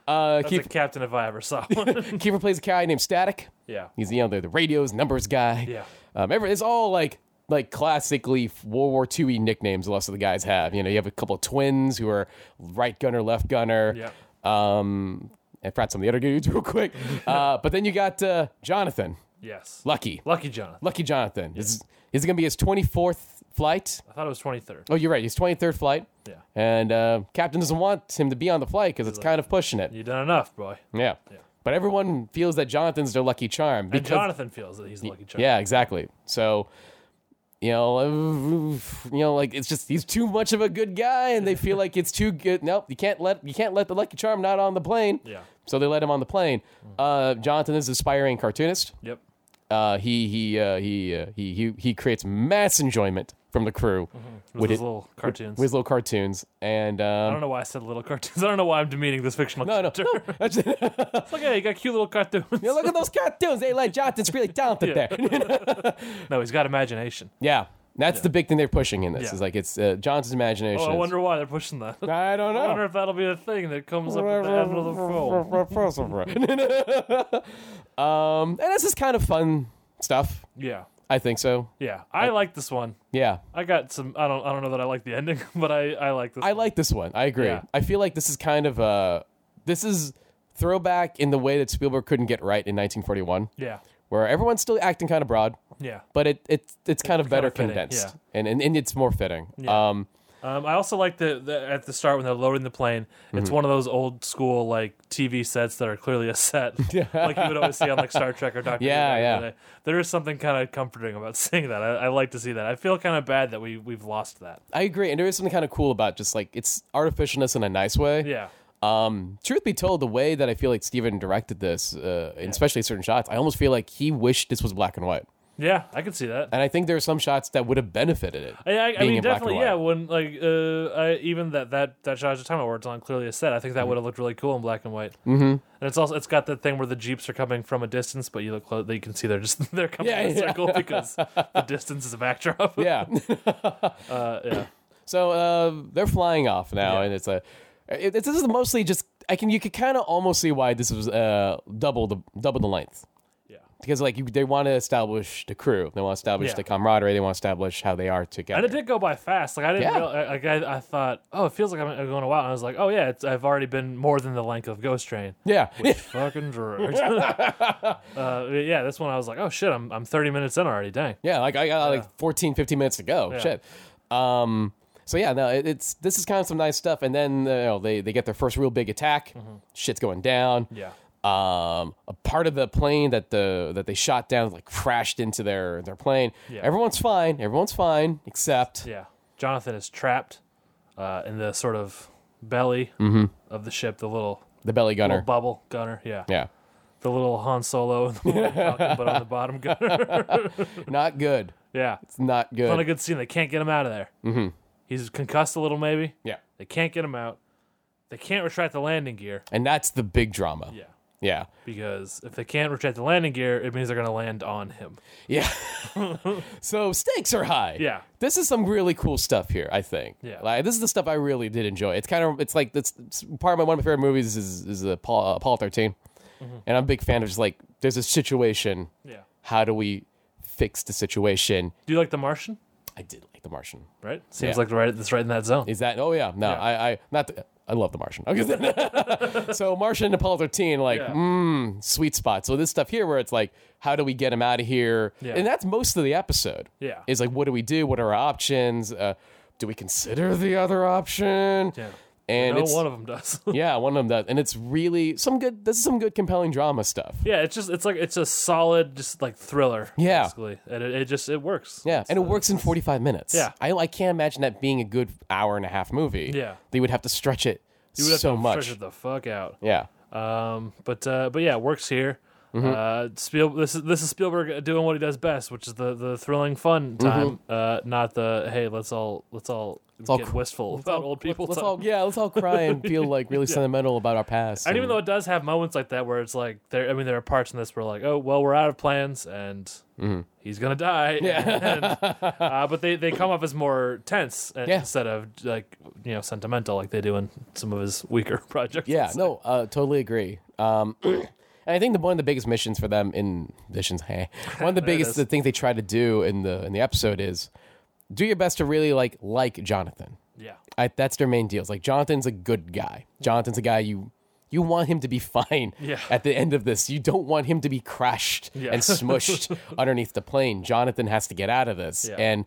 Speaker 1: a captain if I ever saw one.
Speaker 2: Kiefer plays a guy named Static.
Speaker 1: yeah,
Speaker 2: He's you know the, the radios numbers guy.
Speaker 1: Yeah.
Speaker 2: Um, every, it's all like like classically World War II y nicknames. Lots of the guys have. You know, you have a couple of twins who are right gunner, left gunner.
Speaker 1: yeah.
Speaker 2: Um, I forgot some of the other dudes real quick. Uh, but then you got uh, Jonathan,
Speaker 1: Yes.
Speaker 2: Lucky,
Speaker 1: Lucky Jonathan.
Speaker 2: Lucky Jonathan. This is, this is going to be his 24th flight.
Speaker 1: I thought it was twenty third.
Speaker 2: Oh, you're right. His 23rd flight.
Speaker 1: Yeah.
Speaker 2: And uh, captain doesn't want him to be on the flight because it's kind of pushing it.
Speaker 1: You done enough, boy.
Speaker 2: Yeah. But everyone feels that Jonathan's their lucky charm.
Speaker 1: And
Speaker 2: Because,
Speaker 1: Jonathan feels that he's the Lucky Jonathan.
Speaker 2: Yeah, exactly. So, you know, uh, you know, like it's just he's too much of a good guy, and they feel like it's too good. Nope, you can't let you can't let the lucky charm not on the plane.
Speaker 1: Yeah. Mm.
Speaker 2: So they let him on the plane. Uh, Jonathan is an aspiring cartoonist.
Speaker 1: Yep.
Speaker 2: Uh, he he uh, he, uh, he he he creates mass enjoyment from the crew
Speaker 1: With,
Speaker 2: With
Speaker 1: his
Speaker 2: it-
Speaker 1: little cartoons.
Speaker 2: with his little cartoons, and
Speaker 1: I
Speaker 2: um,
Speaker 1: don't know why I said little cartoons. I don't know why I'm demeaning this fictional
Speaker 2: no, no,
Speaker 1: character.
Speaker 2: no, that's- you
Speaker 1: It's like, hey, you got cute little cartoons.
Speaker 2: know, look at those cartoons. They like Jonathan's really talented
Speaker 1: Yeah.
Speaker 2: there.
Speaker 1: No, he's got imagination.
Speaker 2: yeah. That's the big thing they're pushing in this.
Speaker 1: Yeah.
Speaker 2: Is like it's uh, Johnson's imagination.
Speaker 1: Oh, I
Speaker 2: is-
Speaker 1: wonder why they're pushing that. I
Speaker 2: I don't know.
Speaker 1: wonder if that'll be a thing that comes up at the end of the film.
Speaker 2: um, and this is kind of fun stuff.
Speaker 1: Yeah,
Speaker 2: I think so.
Speaker 1: yeah. I like this one.
Speaker 2: Yeah,
Speaker 1: I got some. I don't. I don't know that I like the ending, but I. I like this.
Speaker 2: I like this one. I agree.
Speaker 1: Yeah.
Speaker 2: I feel like this is kind of uh, this is throwback in the way that Spielberg couldn't get right in 1941,
Speaker 1: yeah,
Speaker 2: where everyone's still acting kind of broad,
Speaker 1: yeah.
Speaker 2: but it, it it's kind of
Speaker 1: kind
Speaker 2: better
Speaker 1: of fitting,
Speaker 2: condensed,
Speaker 1: yeah.
Speaker 2: and, and and it's more fitting.
Speaker 1: Yeah.
Speaker 2: Um,
Speaker 1: Um, I also like the, the at the start when they're loading the plane.
Speaker 2: Mm-hmm.
Speaker 1: It's one of those old school like TV sets that are clearly a set, like you would always see on like Star Trek or Doctor. Who
Speaker 2: Yeah,
Speaker 1: back in
Speaker 2: yeah.
Speaker 1: the day. There is something kind of comforting about seeing that. I, I like to see that. I feel kind of bad that we we've lost that.
Speaker 2: I agree, and there is something kind of cool about just like it's artificialness in a nice way.
Speaker 1: Yeah,
Speaker 2: Um, truth be told, the way that I feel like Steven directed this, uh, and especially certain shots, I almost feel like he wished this was black and white.
Speaker 1: yeah. I could see that.
Speaker 2: And I think there are some shots that would have benefited it.
Speaker 1: I, I, I mean,
Speaker 2: being in black and
Speaker 1: definitely,
Speaker 2: white.
Speaker 1: yeah. When like uh, I, even that that that shot at time where it's on clearly a set, I think that
Speaker 2: Mm-hmm.
Speaker 1: would have looked really cool in black and white. Mm-hmm. And it's also it's got that thing where the jeeps are coming from a distance, but you look close, you can see they're just they're coming
Speaker 2: Yeah,
Speaker 1: in a
Speaker 2: yeah.
Speaker 1: circle because the distance is a backdrop.
Speaker 2: Yeah.
Speaker 1: uh, yeah.
Speaker 2: so uh, they're flying off now, and it's a. It, it's, this is mostly just. I can you could kind of almost see why this was uh, double the double the length.
Speaker 1: Yeah.
Speaker 2: because like you, they want to establish the crew, they want to establish
Speaker 1: Yeah.
Speaker 2: the camaraderie, they want to establish how they are
Speaker 1: And it
Speaker 2: together.
Speaker 1: did go by fast. Like I didn't.
Speaker 2: Yeah.
Speaker 1: real- I- like I, I thought, oh, it feels like I'm going a while. And I was like, oh yeah, it's, I've already been more than the length of Ghost Train.
Speaker 2: Yeah,
Speaker 1: Fucking drugs. uh, yeah, this one I was like, oh shit, I'm I'm 30 minutes in already. Dang.
Speaker 2: Yeah, like I got like 14, 15 minutes to go. Shit. Um, so yeah, no, it, it's this is kind of some nice stuff. And then uh, you know, they they get their first real big attack.
Speaker 1: Mm-hmm.
Speaker 2: Shit's going down.
Speaker 1: Yeah.
Speaker 2: Um, a part of the plane that the that they shot down like crashed into their their plane. Everyone's fine. Everyone's fine except
Speaker 1: Yeah. Jonathan is trapped uh, in the sort of belly of the ship, the little,
Speaker 2: the belly
Speaker 1: little
Speaker 2: Mm-hmm. gunner.
Speaker 1: bubble gunner. Yeah.
Speaker 2: Yeah,
Speaker 1: The little Han Solo, and the little Falcon, but on the bottom gunner.
Speaker 2: not good.
Speaker 1: yeah.
Speaker 2: It's not good.
Speaker 1: Not a good scene. They can't get him out of there. Mm-hmm. He's concussed a little, maybe.
Speaker 2: yeah,
Speaker 1: They can't get him out. They can't retract the landing gear.
Speaker 2: and that's the big drama.
Speaker 1: Yeah.
Speaker 2: Yeah,
Speaker 1: Because if they can't retract the landing gear, it means they're going to land on him.
Speaker 2: yeah. so stakes are high.
Speaker 1: Yeah.
Speaker 2: this is some really cool stuff here. I think.
Speaker 1: Yeah.
Speaker 2: like this is the stuff I really did enjoy. It's kind of it's like that's it's part of my one of my favorite movies is is the Paul uh, Paul 13
Speaker 1: Mm-hmm.
Speaker 2: and I'm a big fan of just like there's a situation.
Speaker 1: Yeah.
Speaker 2: How do we fix the situation?
Speaker 1: Do you like The Martian?
Speaker 2: I did like The Martian.
Speaker 1: Right? Seems
Speaker 2: Yeah.
Speaker 1: like right that's right in that zone.
Speaker 2: Is that? Oh yeah, no, I I not. The, I love The Martian. Okay. so Martian and Apollo 13, like,
Speaker 1: Yeah.
Speaker 2: mm, sweet spot. So this stuff here where it's like, how do we get him out of here?
Speaker 1: Yeah.
Speaker 2: And that's most of the episode.
Speaker 1: Yeah.
Speaker 2: Is like, what do we do? What are our options? Uh, do we consider the other option?
Speaker 1: Yeah.
Speaker 2: And
Speaker 1: no
Speaker 2: it's,
Speaker 1: one of them does.
Speaker 2: yeah, one of them does. And it's really some good, this is some good compelling drama stuff.
Speaker 1: yeah, it's just it's like it's a solid just like thriller.
Speaker 2: Yeah.
Speaker 1: Basically. And it, it just it works.
Speaker 2: Yeah,
Speaker 1: It's,
Speaker 2: and it
Speaker 1: uh,
Speaker 2: works in 45 minutes.
Speaker 1: Yeah.
Speaker 2: I, I can't imagine that being a good hour and a half movie.
Speaker 1: Yeah.
Speaker 2: They would have to stretch it
Speaker 1: you would have
Speaker 2: so
Speaker 1: to
Speaker 2: much.
Speaker 1: Stretch it the fuck out.
Speaker 2: Yeah.
Speaker 1: Um, but uh, but yeah, it works here.
Speaker 2: Mm-hmm.
Speaker 1: Uh, Spiel, this is this is Spielberg doing what he does best, which is the, the thrilling fun
Speaker 2: Mm-hmm.
Speaker 1: time, uh, not the hey let's all let's all
Speaker 2: all
Speaker 1: get
Speaker 2: cr-
Speaker 1: wistful about old people.
Speaker 2: Let's
Speaker 1: time.
Speaker 2: all yeah, let's all cry and feel like really sentimental about our past.
Speaker 1: and
Speaker 2: and-
Speaker 1: even though it does have moments like that where it's like there, I mean, there are parts in this where like, oh well, we're out of plans and
Speaker 2: Mm-hmm.
Speaker 1: he's gonna die. Yeah. uh, but they they come off as more tense uh,
Speaker 2: Yeah.
Speaker 1: instead of like you know sentimental like they do in some of his weaker projects.
Speaker 2: yeah, no, uh, totally agree. Um, and I think the one of the biggest missions for them in missions, hey, one of the biggest the things they try to do in the in the episode is do your best to really like like Jonathan.
Speaker 1: yeah,
Speaker 2: I, that's their main deal. It's like Jonathan's a good guy. Jonathan's a guy you you want him to be fine
Speaker 1: Yeah.
Speaker 2: at the end of this. You don't want him to be crashed
Speaker 1: Yeah.
Speaker 2: and smushed underneath the plane. Jonathan has to get out of this.
Speaker 1: Yeah. Mm-hmm.
Speaker 2: And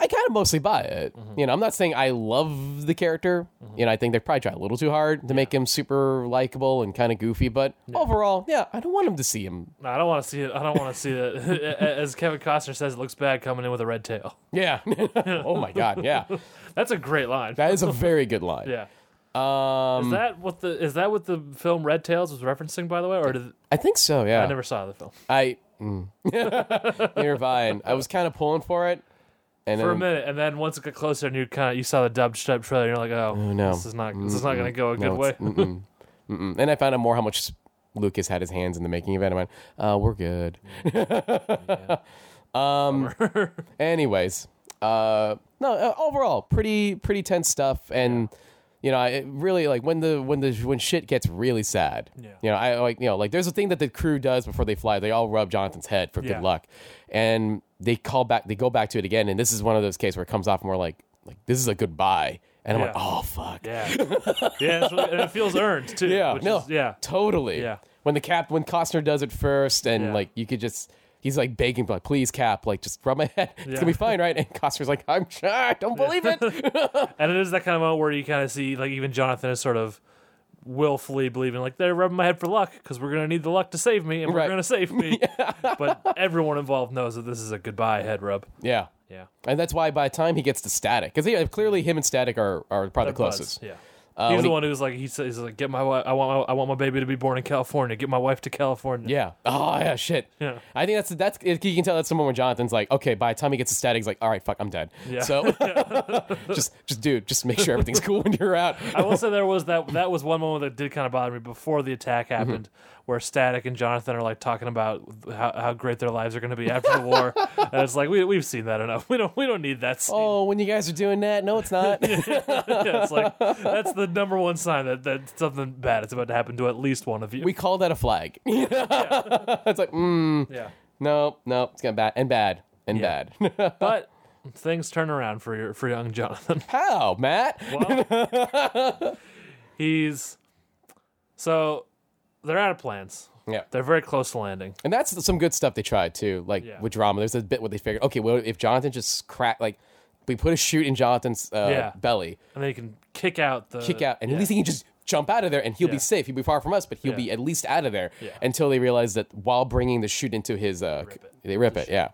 Speaker 2: I kind of mostly buy it. You know, I'm not saying I love the character. You know, I think they probably try a little too hard to make him super likable and kind of goofy, but overall, yeah, I don't want him to see him.
Speaker 1: no, I don't want to see it. I don't want to see it. As Kevin Costner says, it looks bad coming in with a red tail.
Speaker 2: Yeah. oh my god, yeah.
Speaker 1: That's a great line.
Speaker 2: That is a very good line.
Speaker 1: yeah.
Speaker 2: Um
Speaker 1: Is that what the is that what the film Red Tails was referencing, by the way, or did
Speaker 2: I think so, yeah.
Speaker 1: I never saw the film
Speaker 2: I mm. you're fine. I was kind of pulling for it, and
Speaker 1: for a
Speaker 2: then-
Speaker 1: minute, and then once it got closer, and you kind of you saw the dubbed strip trailer, and you're like, oh,
Speaker 2: no.
Speaker 1: this is not this is not going to go a
Speaker 2: no,
Speaker 1: good way.
Speaker 2: it's- mm-mm, mm-mm. And I found out more how much Lucas had his hands in the making of it. I went, uh, "We're good." Um, Anyways, uh, no. Uh, overall, pretty pretty tense stuff, and you know, I it really like when the when the when shit gets really sad.
Speaker 1: Yeah.
Speaker 2: You know, I like you know like there's a thing that the crew does before they fly. They all rub Jonathan's head for
Speaker 1: Yeah.
Speaker 2: good luck, and they call back. They go back to it again, and this is one of those cases where it comes off more like like this is a goodbye, and I'm like,
Speaker 1: Yeah.
Speaker 2: oh fuck,
Speaker 1: yeah, yeah, it's really, and it feels earned too.
Speaker 2: yeah,
Speaker 1: which
Speaker 2: no,
Speaker 1: is, yeah,
Speaker 2: totally.
Speaker 1: Yeah.
Speaker 2: When the cap, when Costner does it first, and
Speaker 1: Yeah.
Speaker 2: like you could just, he's like begging, like, please, Cap, like just rub my head. It's
Speaker 1: Yeah.
Speaker 2: gonna be fine, right? And Costner's like, I'm sure, I don't believe it.
Speaker 1: and it is that kind of moment where you kind of see like even Jonathan is sort of willfully believing like they're rubbing my head for luck because we're going to need the luck to save me, and we're
Speaker 2: Right.
Speaker 1: going to save me. but everyone involved knows that this is a goodbye head rub.
Speaker 2: yeah.
Speaker 1: Yeah,
Speaker 2: And that's why by the time he gets to Static, because yeah, clearly him and Static are, are probably the
Speaker 1: Buzz,
Speaker 2: closest.
Speaker 1: Yeah. he's
Speaker 2: when
Speaker 1: the
Speaker 2: he-
Speaker 1: one who's like he says he's like get my wife I want my, I want my baby to be born in California get my wife to California
Speaker 2: Yeah. Oh yeah, shit.
Speaker 1: Yeah.
Speaker 2: I think that's that's you can tell that's someone where Jonathan's like, okay, by the time he gets to static, he's like, all right, fuck, I'm dead.
Speaker 1: Yeah.
Speaker 2: So just just dude, just make sure everything's cool when you're out. Mm-hmm.
Speaker 1: I will say there was that that was one moment that did kind of bother me before the attack happened where Static and Jonathan are like talking about how, how great their lives are going to be after the war, and it's like we we've seen that enough. We don't we don't need that. Scene.
Speaker 2: Oh, when you guys are doing that, no, it's not.
Speaker 1: yeah, it's like that's the number one sign that, that something bad is about to happen to at least one of you.
Speaker 2: we call that a flag. it's like, mm,
Speaker 1: yeah,
Speaker 2: no, no, it's gonna bad and bad and
Speaker 1: Yeah.
Speaker 2: bad.
Speaker 1: but things turn around for your for young Jonathan.
Speaker 2: How, Matt?
Speaker 1: He's so they're out of plans.
Speaker 2: Yeah.
Speaker 1: They're very close to landing.
Speaker 2: And that's some good stuff they tried too, like
Speaker 1: Yeah.
Speaker 2: with drama. There's a bit where they figured, okay, well, if Jonathan just crack, like, we put a shoot in Jonathan's uh,
Speaker 1: Yeah.
Speaker 2: belly,
Speaker 1: And then you can kick out the
Speaker 2: kick out, and
Speaker 1: yeah.
Speaker 2: at least he can just jump out of there, and he'll
Speaker 1: Yeah.
Speaker 2: be safe. He'll be far from us, but he'll
Speaker 1: Yeah.
Speaker 2: be at least out of there.
Speaker 1: Yeah.
Speaker 2: Until they realize that while bringing the shoot into his, uh,
Speaker 1: it.
Speaker 2: they rip it, yeah.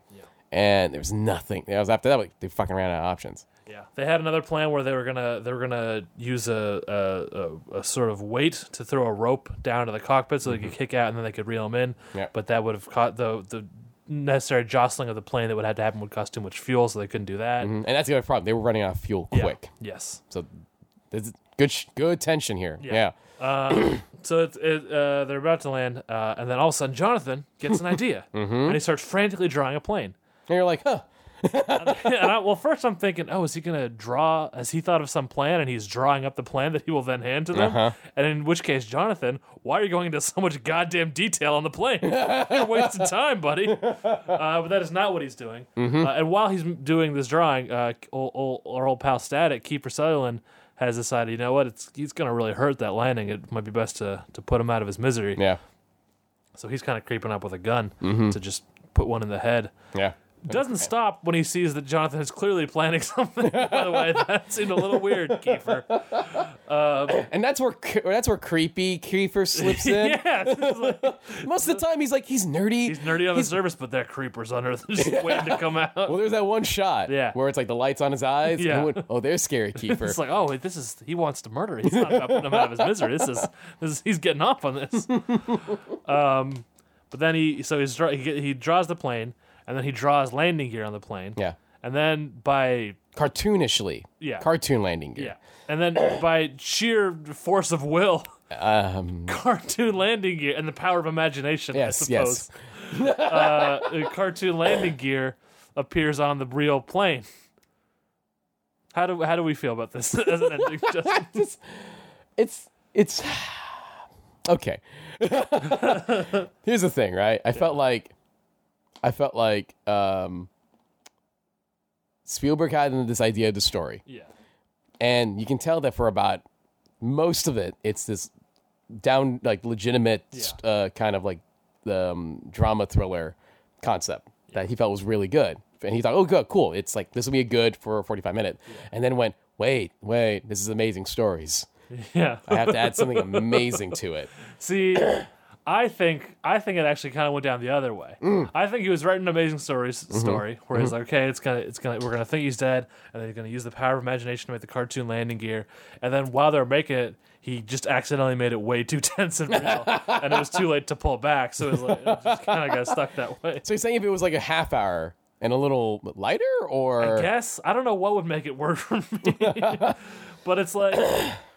Speaker 2: And there was nothing. That was after that. Like, they fucking ran out of options.
Speaker 1: Yeah, they had another plan where they were gonna they were gonna use a a, a, a sort of weight to throw a rope down to the cockpit so they could kick out and then they could reel them in.
Speaker 2: Mm-hmm. Yeah.
Speaker 1: But that would have caught the the necessary jostling of the plane that would have to happen would cost too much fuel, so they couldn't do that.
Speaker 2: And that's the other problem. They were running out of fuel
Speaker 1: Yeah.
Speaker 2: Mm-hmm. quick.
Speaker 1: Yes.
Speaker 2: So there's good, sh- good tension here. Yeah.
Speaker 1: Uh, so it's it, uh, they're about to land, uh, and then all of a sudden Jonathan gets an idea,
Speaker 2: Mm-hmm.
Speaker 1: and he starts frantically drawing a plane.
Speaker 2: And you're like, huh.
Speaker 1: and I, well, first I'm thinking, oh, is he gonna draw? Has he thought of some plan, and he's drawing up the plan that he will then hand to them? And in which case, Jonathan, why are you going into so much goddamn detail on the plane? You're wasting time, buddy. Uh, but that is not what he's doing. Uh, and while he's m- doing this drawing, uh, ol ol our old pal Static, Keeper Sutherland, has decided, you know what? It's he's gonna really hurt that landing. It might be best to to put him out of his misery.
Speaker 2: Yeah.
Speaker 1: So he's kind of creeping up with a gun to just put one in the head.
Speaker 2: Yeah.
Speaker 1: Doesn't stop when he sees that Jonathan is clearly planning something. By the way, that seemed a little weird, Kiefer.
Speaker 2: And that's where cre- that's where creepy Kiefer slips in.
Speaker 1: Yeah, it's like-
Speaker 2: Most of the time, he's like he's nerdy.
Speaker 1: he's nerdy on the surface, but that creeper's under just waiting to come out.
Speaker 2: well, there's that one shot
Speaker 1: Yeah.
Speaker 2: where it's like the lights on his eyes. and
Speaker 1: Yeah.
Speaker 2: everyone- oh, there's scary Kiefer.
Speaker 1: It's like, oh, wait, this is he wants to murder. He's not about putting him out of his misery. This is this is, he's getting off on this. Um, but then he so he's draw- he, get- he draws the plane, and then he draws landing gear on the plane.
Speaker 2: yeah.
Speaker 1: and then by
Speaker 2: Cartoonishly.
Speaker 1: Yeah.
Speaker 2: Cartoon landing gear.
Speaker 1: yeah, and then by sheer force of will.
Speaker 2: Um,
Speaker 1: cartoon landing gear and the power of imagination. I
Speaker 2: Yes, yes.
Speaker 1: suppose. uh, cartoon landing gear appears on the real plane. How do how do we feel about this as an ending? Justin?
Speaker 2: it's it's okay. Here's the thing, right? I felt like I felt like um, Spielberg had this idea of the story.
Speaker 1: yeah,
Speaker 2: and you can tell that for about most of it, it's this down like legitimate
Speaker 1: Yeah.
Speaker 2: uh, kind of like um, drama thriller concept that he felt was really good, and he thought, oh, good, cool, it's like this will be a good for 45 minutes, and then went, wait, wait, this is amazing stories.
Speaker 1: yeah.
Speaker 2: I have to add something amazing to it.
Speaker 1: See, I think I think it actually kind of went down the other way. I think he was writing an amazing stories story where he's like, okay, it's gonna it's gonna we're gonna think he's dead, and then he's gonna use the power of imagination to make the cartoon landing gear, and then while they're making it. He just accidentally made it way too tense and real, and it was too late to pull back. So it was like, it just kind of got stuck that way.
Speaker 2: So you're saying if it was like a half hour and a little lighter, or
Speaker 1: Guess I don't know what would make it work for me, but it's like,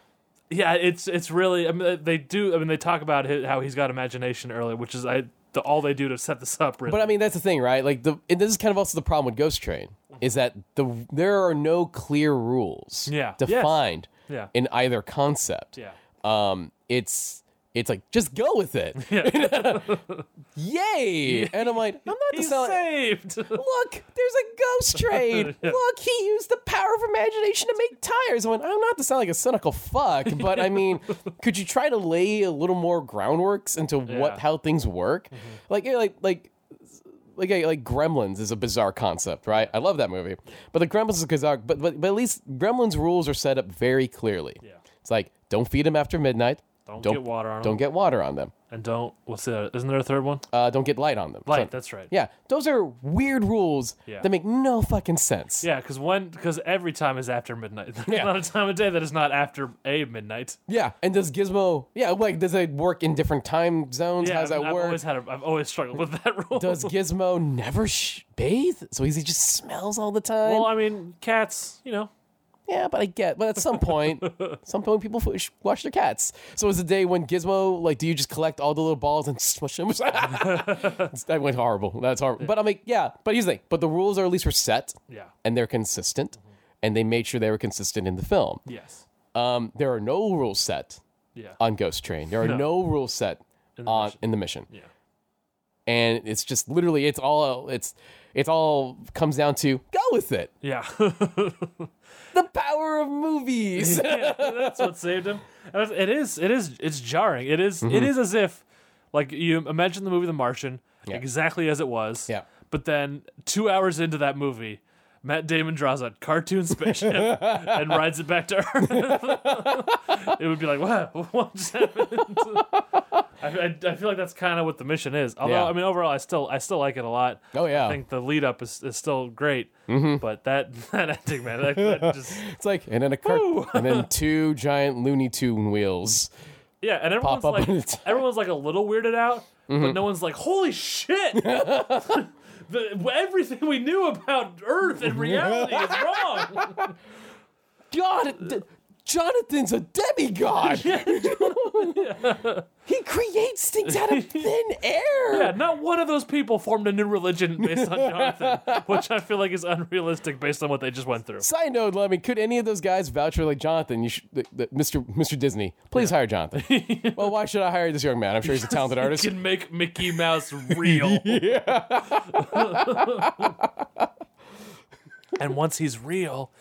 Speaker 1: yeah, it's it's really. I mean, they do. I mean, they talk about hi- how he's got imagination early, which is I the, all they do to set this up. Really,
Speaker 2: But I mean, that's the thing, right? Like the and this is kind of also the problem with Ghost Train
Speaker 1: Mm-hmm.
Speaker 2: is that the there are no clear rules
Speaker 1: Yeah. Yes.
Speaker 2: defined
Speaker 1: Yeah.
Speaker 2: in either concept.
Speaker 1: yeah,
Speaker 2: Um, it's it's like just go with it. Yay! And I'm like, I'm not to
Speaker 1: he's
Speaker 2: sound like,
Speaker 1: saved.
Speaker 2: look. There's a Ghost Train.
Speaker 1: Yeah.
Speaker 2: Look, he used the power of imagination to make tires. I went, I'm not to sound like a cynical fuck, but I mean, could you try to lay a little more groundworks into
Speaker 1: Yeah. Mm-hmm.
Speaker 2: what how things work? Like, yeah, like, like like I- like Gremlins is a bizarre concept, right? I love that movie, but the Gremlins is bizarre. But but, but at least Gremlins rules are set up very clearly.
Speaker 1: Yeah.
Speaker 2: It's like don't feed them after midnight.
Speaker 1: Don't get water on 'em.
Speaker 2: Don't get water on them.
Speaker 1: and don't what's the isn't there a third one?
Speaker 2: Uh, don't get light on them.
Speaker 1: Light.
Speaker 2: So-
Speaker 1: that's right.
Speaker 2: yeah, those are weird rules
Speaker 1: Yeah.
Speaker 2: that make no fucking sense.
Speaker 1: Yeah, because one because every time is after midnight. There's
Speaker 2: Yeah.
Speaker 1: not a time of day that is not after a midnight.
Speaker 2: Yeah, and does Gizmo? Yeah, like does it work in different time zones?
Speaker 1: Yeah,
Speaker 2: How does that
Speaker 1: I've
Speaker 2: work?
Speaker 1: always had a, I've always struggled with that rule.
Speaker 2: does Gizmo never sh- bathe? So is he just smells all the time?
Speaker 1: well, I mean, cats, you know,
Speaker 2: yeah, but I get. But at some point, some point people f- wash their cats. So it was the day when Gizmo, like, do you just collect all the little balls and smush them? that went horrible. That's horrible. But I'm like, yeah. But here's the thing. But the rules are at least were set.
Speaker 1: Yeah.
Speaker 2: And they're consistent,
Speaker 1: Mm-hmm.
Speaker 2: and they made sure they were consistent in the film.
Speaker 1: Yes.
Speaker 2: Um, there are no rules set
Speaker 1: Yeah.
Speaker 2: on Ghost Train. There are no, rules set
Speaker 1: the
Speaker 2: on
Speaker 1: mission.
Speaker 2: in the mission.
Speaker 1: Yeah.
Speaker 2: And it's just literally, it's all, it's, it's all comes down to go with it.
Speaker 1: yeah.
Speaker 2: The power of movies.
Speaker 1: That's what saved him. And It is. It is. It's jarring. It is-
Speaker 2: Mm-hmm.
Speaker 1: It is as if, like you imagine the movie The Martian exactly as it was.
Speaker 2: Yeah.
Speaker 1: But then two hours into that movie, Matt Damon draws a cartoon spaceship and rides it back to Earth. it would be like, what? What just happened? I, I, I feel like that's kind of what the mission is. Although,
Speaker 2: Yeah.
Speaker 1: I mean, overall, I still I still like it a lot.
Speaker 2: Oh, yeah. Mm-hmm.
Speaker 1: I think the lead up is, is still great. But that that ending, man, that, that just
Speaker 2: It's like, and then a cart, and then two giant Looney Tune wheels.
Speaker 1: Yeah, and everyone's
Speaker 2: up
Speaker 1: like
Speaker 2: on its-
Speaker 1: everyone's like a little weirded out, but no one's like, "Holy shit!" the, everything we knew about Earth and reality is wrong. Uh,
Speaker 2: God, D- Jonathan's a demigod. he creates things out of thin air.
Speaker 1: Yeah, not one of those people formed a new religion based on Jonathan, which I feel like is unrealistic based on what they just went through.
Speaker 2: Side note, let me. Could any of those guys vouch for like Jonathan? You should, th- th- Mr. Mr. Disney, please hire Jonathan. well, why should I hire this young man? I'm sure he's a talented artist.
Speaker 1: Can make Mickey Mouse real. and once he's real,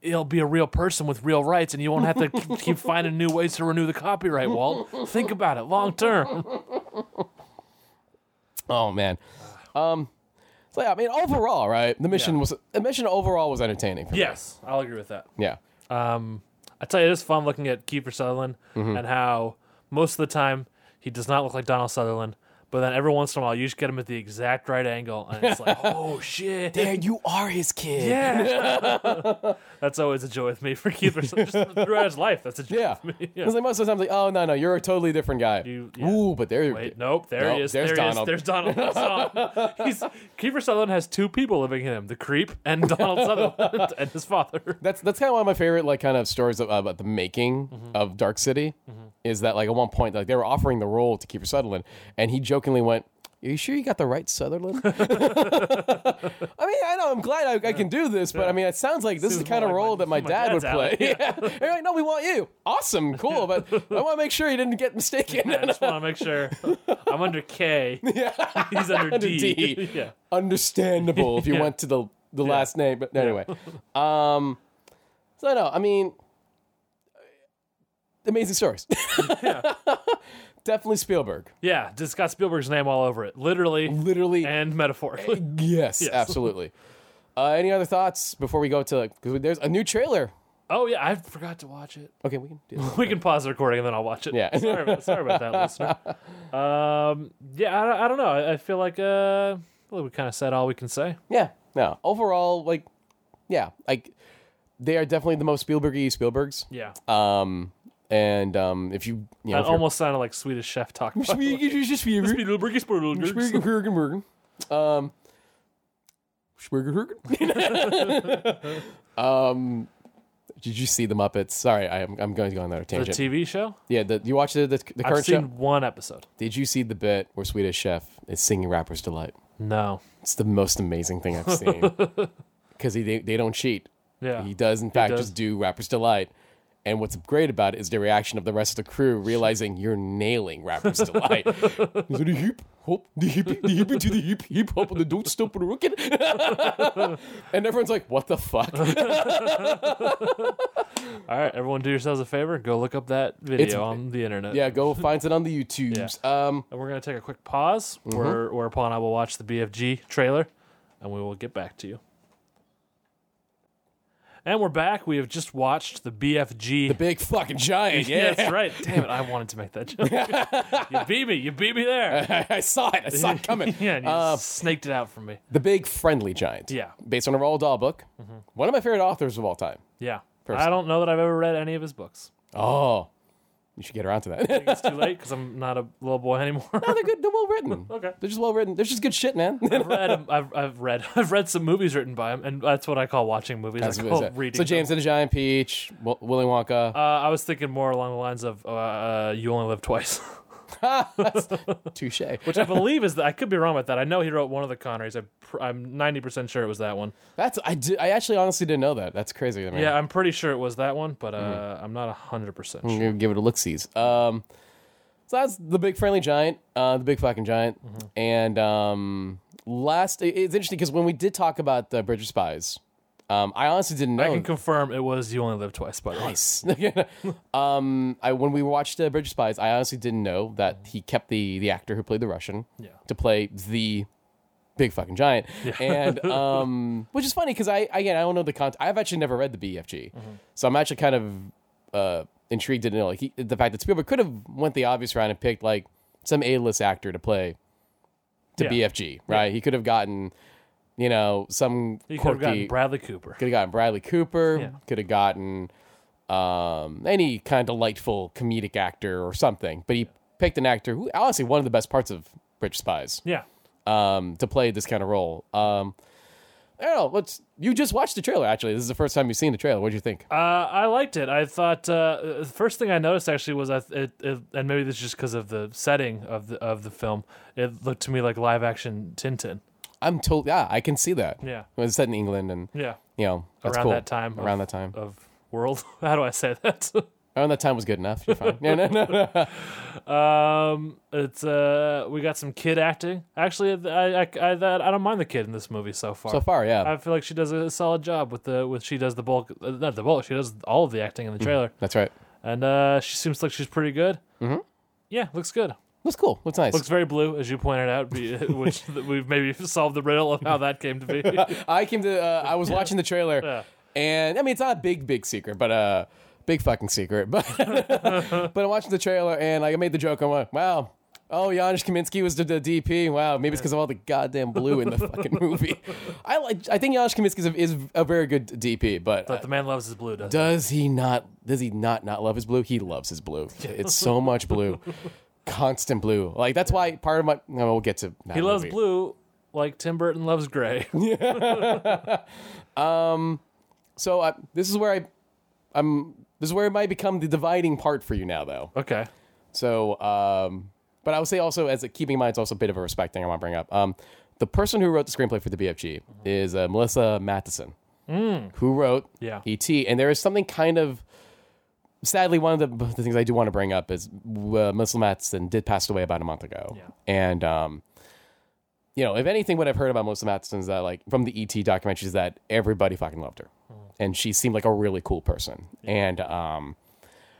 Speaker 1: he'll be a real person with real rights, and you won't have to k- keep finding new ways to renew the copyright. Walt, think about it long term.
Speaker 2: Oh man. Um. So yeah, I mean, overall, right? The mission
Speaker 1: Yeah.
Speaker 2: was the mission overall was entertaining. For me.
Speaker 1: Yes, I'll agree with that.
Speaker 2: Yeah.
Speaker 1: I tell you, it is fun looking at Kiefer Sutherland and how most of the time he does not look like Donald Sutherland. But then every once in a while, you just get him at the exact right angle, and it's like, oh shit!
Speaker 2: There you are, his kid.
Speaker 1: Yeah. that's always a joy with me for Keith. Just throughout his life, that's a joy
Speaker 2: Yeah.
Speaker 1: with me. Yeah.
Speaker 2: Because like most of the time, like, oh no, no, you're a totally different guy.
Speaker 1: You- yeah.
Speaker 2: Ooh, but there.
Speaker 1: Wait, nope, there
Speaker 2: Nope,
Speaker 1: he is.
Speaker 2: there's
Speaker 1: there
Speaker 2: Donald.
Speaker 1: he is. There's Donald. That's all. He's, Kiefer Sutherland has two people living in him the creep and Donald Sutherland and his father.
Speaker 2: That's that's kind of one of my favorite like kind of stories of, about the making
Speaker 1: Mm-hmm.
Speaker 2: of Dark City. Is that like at one point like they were offering the role to Kiefer Sutherland, and he jokingly went. Are you sure you got the right Sutherland? I mean, I know I'm glad I, I can do this, but I mean, it sounds like this is the
Speaker 1: Seems
Speaker 2: kind of
Speaker 1: more like
Speaker 2: role
Speaker 1: my-
Speaker 2: that my,
Speaker 1: my
Speaker 2: dad would
Speaker 1: dad's
Speaker 2: play.
Speaker 1: alley,
Speaker 2: Yeah. They're like, no, we want you. Awesome, cool, but I want to make sure you didn't get mistaken.
Speaker 1: I just want to make sure I'm under K. He's under,
Speaker 2: Under
Speaker 1: D.
Speaker 2: D.
Speaker 1: yeah.
Speaker 2: understandable if you
Speaker 1: Yeah.
Speaker 2: went to the the last name. But anyway, um, so no, I mean, amazing stories. Definitely Spielberg.
Speaker 1: Yeah. Just got Spielberg's name all over it, literally
Speaker 2: Literally,
Speaker 1: and metaphorically.
Speaker 2: yes, absolutely. Uh, any other thoughts before we go to like? Because there's a new trailer.
Speaker 1: Oh, yeah. I forgot to watch it.
Speaker 2: Okay, we can do that.
Speaker 1: We can pause the recording and then I'll watch it.
Speaker 2: Yeah.
Speaker 1: sorry, about, sorry about that, listener. Um, yeah, I, don't- I don't know. I, I feel like uh, well, we kind of said all we can say.
Speaker 2: Yeah, no. Overall, like, yeah, like they are definitely the most Spielbergy Spielbergs.
Speaker 1: Yeah.
Speaker 2: Um, and um, if you, you know,
Speaker 1: that
Speaker 2: if you're-
Speaker 1: almost sounded like Swedish chef talk. by the way.
Speaker 2: you just be
Speaker 1: Spiegelberg, Spiegelberg.
Speaker 2: Schmurgen, Hurgen, Murgen. Um, Schmurgen, Hurgen. um, did you see the Muppets? Sorry, I am, I'm going to go on that
Speaker 1: The
Speaker 2: tangent.
Speaker 1: TV show?
Speaker 2: yeah, the, you watched the, the, the
Speaker 1: I've
Speaker 2: current
Speaker 1: seen
Speaker 2: show?
Speaker 1: one episode.
Speaker 2: Did you see the bit where Swedish Chef is singing Rapper's Delight?
Speaker 1: No.
Speaker 2: It's the most amazing thing I've seen. Because they, they don't cheat.
Speaker 1: Yeah.
Speaker 2: He does, in fact,
Speaker 1: does.
Speaker 2: just do Rapper's Delight. And what's great about it is the reaction of the rest of the crew realizing you're nailing Rapper's Delight. He's like, the heap, hop, the hippie, the hippie to the heap, heap, hop, and the don't stop on the rocket. and everyone's like, what the fuck?
Speaker 1: All right, everyone, do yourselves a favor. Go look up that video on the internet.
Speaker 2: yeah, go find it on the YouTubes. Um,
Speaker 1: And we're going to take a quick pause,
Speaker 2: Mm-hmm.
Speaker 1: where, whereupon I will watch the BFG trailer and we will get back to you. And we're back. We have just watched the BFG.
Speaker 2: big fucking giant, yeah.
Speaker 1: That's right. Damn it, I wanted to make that joke. you beat me. You beat me there.
Speaker 2: I saw it. I saw it coming.
Speaker 1: yeah, and you
Speaker 2: Uh,
Speaker 1: snaked it out from me.
Speaker 2: the Big Friendly Giant.
Speaker 1: Yeah. Mm-hmm.
Speaker 2: Based on a Roald Dahl book. One of my favorite authors of all time.
Speaker 1: Yeah.
Speaker 2: person.
Speaker 1: I don't know that I've ever read any of his books.
Speaker 2: Oh. You should get around to that.
Speaker 1: It's too late because I'm not a little boy anymore.
Speaker 2: they're good. They're well written.
Speaker 1: Hmm. Okay.
Speaker 2: They're just well written. They're just good shit, man.
Speaker 1: I've read, I've, I've read, I've read some movies written by him, and that's what I call watching movies.
Speaker 2: That's
Speaker 1: I
Speaker 2: what it
Speaker 1: call
Speaker 2: said.
Speaker 1: reading.
Speaker 2: so James
Speaker 1: them.
Speaker 2: and the Giant Peach, Wi- Willy Wonka,
Speaker 1: uh, I was thinking more along the lines of uh, uh, "You Only Live Twice,"
Speaker 2: touche.
Speaker 1: Uh, which I believe is that I could be wrong with that. I know he wrote one of the Connerys. I, pr- I'm 90 percent sure it was that one.
Speaker 2: That's I did, I actually honestly didn't know that. That's crazy. I mean,
Speaker 1: Yeah, I'm pretty sure it was that one, but uh,
Speaker 2: Mm-hmm.
Speaker 1: I'm not 100 percent
Speaker 2: I'm
Speaker 1: sure.
Speaker 2: gonna give it a look sees. Um, so that's the big friendly giant, uh, the big fucking giant,
Speaker 1: Mm-hmm.
Speaker 2: and um, last it- it's interesting because when we did talk about the Bridge of Spies, um, I honestly didn't know.
Speaker 1: I can confirm it was "You Only Live Twice." By the way,
Speaker 2: Nice. um, I when we watched uh, Bridge of Spies, I honestly didn't know that he kept the the actor who played the Russian
Speaker 1: Mm-hmm. Yeah.
Speaker 2: to play the big fucking giant, and um, which is funny because I again I don't know the content. I've actually never read the BFG,
Speaker 1: Mm-hmm.
Speaker 2: so I'm actually kind of uh, intrigued to know like he, the fact that Spielberg could have went the obvious route and picked like some A list actor to play to
Speaker 1: Yeah.
Speaker 2: BFG, right? He could have gotten. You know, some
Speaker 1: you could have gotten
Speaker 2: quirky
Speaker 1: Bradley Cooper.
Speaker 2: could have gotten Bradley Cooper.
Speaker 1: Yeah.
Speaker 2: Could have gotten um, any kind of delightful comedic actor or something. But he picked an actor who, honestly, one of the best parts of Bridge Spies
Speaker 1: Yeah,
Speaker 2: um, to play this kind of role. Um, I don't know. Let's. You just watched the trailer. Actually, this is the first time you've seen the trailer. What do you think?
Speaker 1: uh, I liked it. I thought uh, the first thing I noticed actually was I th- it, it, and maybe this is just because of the setting of the of the film. It looked to me like live action Tintin.
Speaker 2: I'm told. Yeah, I can see that.
Speaker 1: Yeah.
Speaker 2: It was set in England, and
Speaker 1: Yeah,
Speaker 2: you know that's
Speaker 1: around
Speaker 2: cool.
Speaker 1: that time.
Speaker 2: Around
Speaker 1: of,
Speaker 2: that time.
Speaker 1: of world. How do I say that?
Speaker 2: Around that time was good enough. You're fine. no, no, no, no.
Speaker 1: um, it's uh, we got some kid acting. Actually, I I I, that, I don't mind the kid in this movie so far.
Speaker 2: So far, yeah.
Speaker 1: I feel like she does a solid job with the with she does the bulk uh, not the bulk she does all of the acting in the trailer
Speaker 2: that's right.
Speaker 1: and uh, she seems like she's pretty good. Mm-hmm. Yeah, looks good.
Speaker 2: Looks cool. Looks nice.
Speaker 1: Looks very blue, as you pointed out, be- which th- we've maybe solved the riddle of how that came to be.
Speaker 2: I came to. Uh, I was watching the trailer, and I mean, it's not a big, big secret, but uh, big fucking secret. But but I'm watching the trailer, and like I made the joke. I'm like, wow. Oh, Janusz Kaminski was the, the DP. Wow, maybe it's because of all the goddamn blue in the fucking movie. I like. I think Janusz Kaminski is a, is a very good DP, but uh,
Speaker 1: But the man loves his blue, doesn't he?
Speaker 2: does he not? Does he not not love his blue? He loves his blue. It's so much blue, constant blue. Like that's why part of my. No, we'll get to.
Speaker 1: He loves blue like Tim Burton loves gray.
Speaker 2: So I, this is where I, I'm. This is where it might become the dividing part for you now, though.
Speaker 1: okay.
Speaker 2: So, um, but I would say also as a keeping in mind, it's also a bit of a respect thing I want to bring up. Um, the person who wrote the screenplay for the BFG is uh, Melissa Matheson, who wrote
Speaker 1: Yeah.
Speaker 2: E.T. E And there is something kind of sadly one of the, the things I do want to bring up is uh, Melissa Matheson did pass away about a month ago,
Speaker 1: Yeah.
Speaker 2: and um, you know, if anything, what I've heard about Melissa Matheson is that like from the ET documentaries is that everybody fucking loved her,
Speaker 1: Mm.
Speaker 2: and she seemed like a really cool person. And um,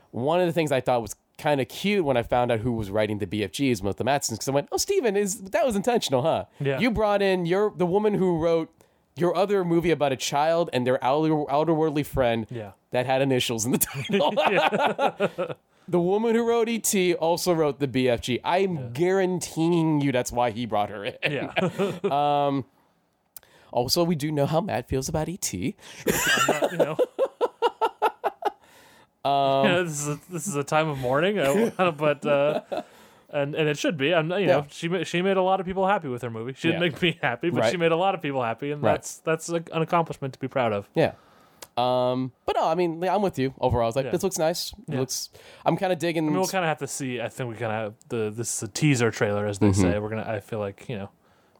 Speaker 2: one of the things I thought was kind of cute when I found out who was writing the BFG is Melissa Matheson because I went, oh, Steven, is that was intentional, huh?
Speaker 1: Yeah.
Speaker 2: You brought in your the woman who wrote. Your other movie about a child and their outer, outerworldly friend
Speaker 1: Yeah.
Speaker 2: that had initials in the title. The woman who wrote ET also wrote the BFG. I'm guaranteeing you that's why he brought her in.
Speaker 1: Yeah.
Speaker 2: Also, we do know how Matt feels about E ET.
Speaker 1: you know. Yeah,
Speaker 2: Um,
Speaker 1: this is a, this is a time of mourning, I- but uh, and and it should be. I'm not- you
Speaker 2: Yeah.
Speaker 1: know she ma- she made a lot of people happy with her movie. She didn't
Speaker 2: Yeah.
Speaker 1: make me happy, but she
Speaker 2: Right.
Speaker 1: made a lot of people happy, and
Speaker 2: Right.
Speaker 1: that's that's a, an accomplishment to be proud of.
Speaker 2: Yeah. Um, but no, I mean, yeah, I'm with you overall. I was like,
Speaker 1: Yeah.
Speaker 2: this looks nice. It looks. I'm kind of digging.
Speaker 1: We'll kind of have to see. I think we kind of the this is a teaser trailer, as they
Speaker 2: Mm-hmm.
Speaker 1: say. We're gonna. I feel like you know,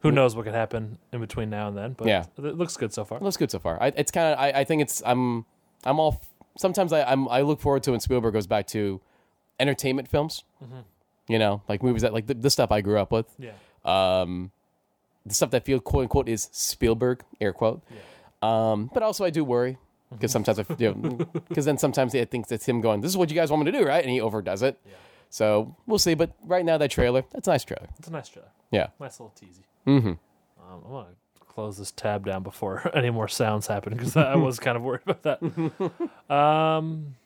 Speaker 1: who knows what can happen in between now and then. But
Speaker 2: Mm. Yeah.
Speaker 1: it looks good so far.
Speaker 2: It looks good so far. I, it's kind of. I, I think it's. I'm. I'm all. Sometimes I. I'm, I look forward to when Spielberg goes back to entertainment films. You know, like movies that like the, the stuff I grew up with.
Speaker 1: Yeah,
Speaker 2: um, the stuff that feel quote unquote is Spielberg, air quote. Um, but also I do worry because sometimes I, you know, because then sometimes I think that's him going, this is what you guys want me to do, right? And he overdoes it. So we'll see. But right now, that trailer, that's a nice trailer.
Speaker 1: it's a nice trailer.
Speaker 2: Yeah.
Speaker 1: Nice little teasy. Mm-hmm. Um, I'm gonna close this tab down before any more sounds happen because I I was kind of worried about that. um,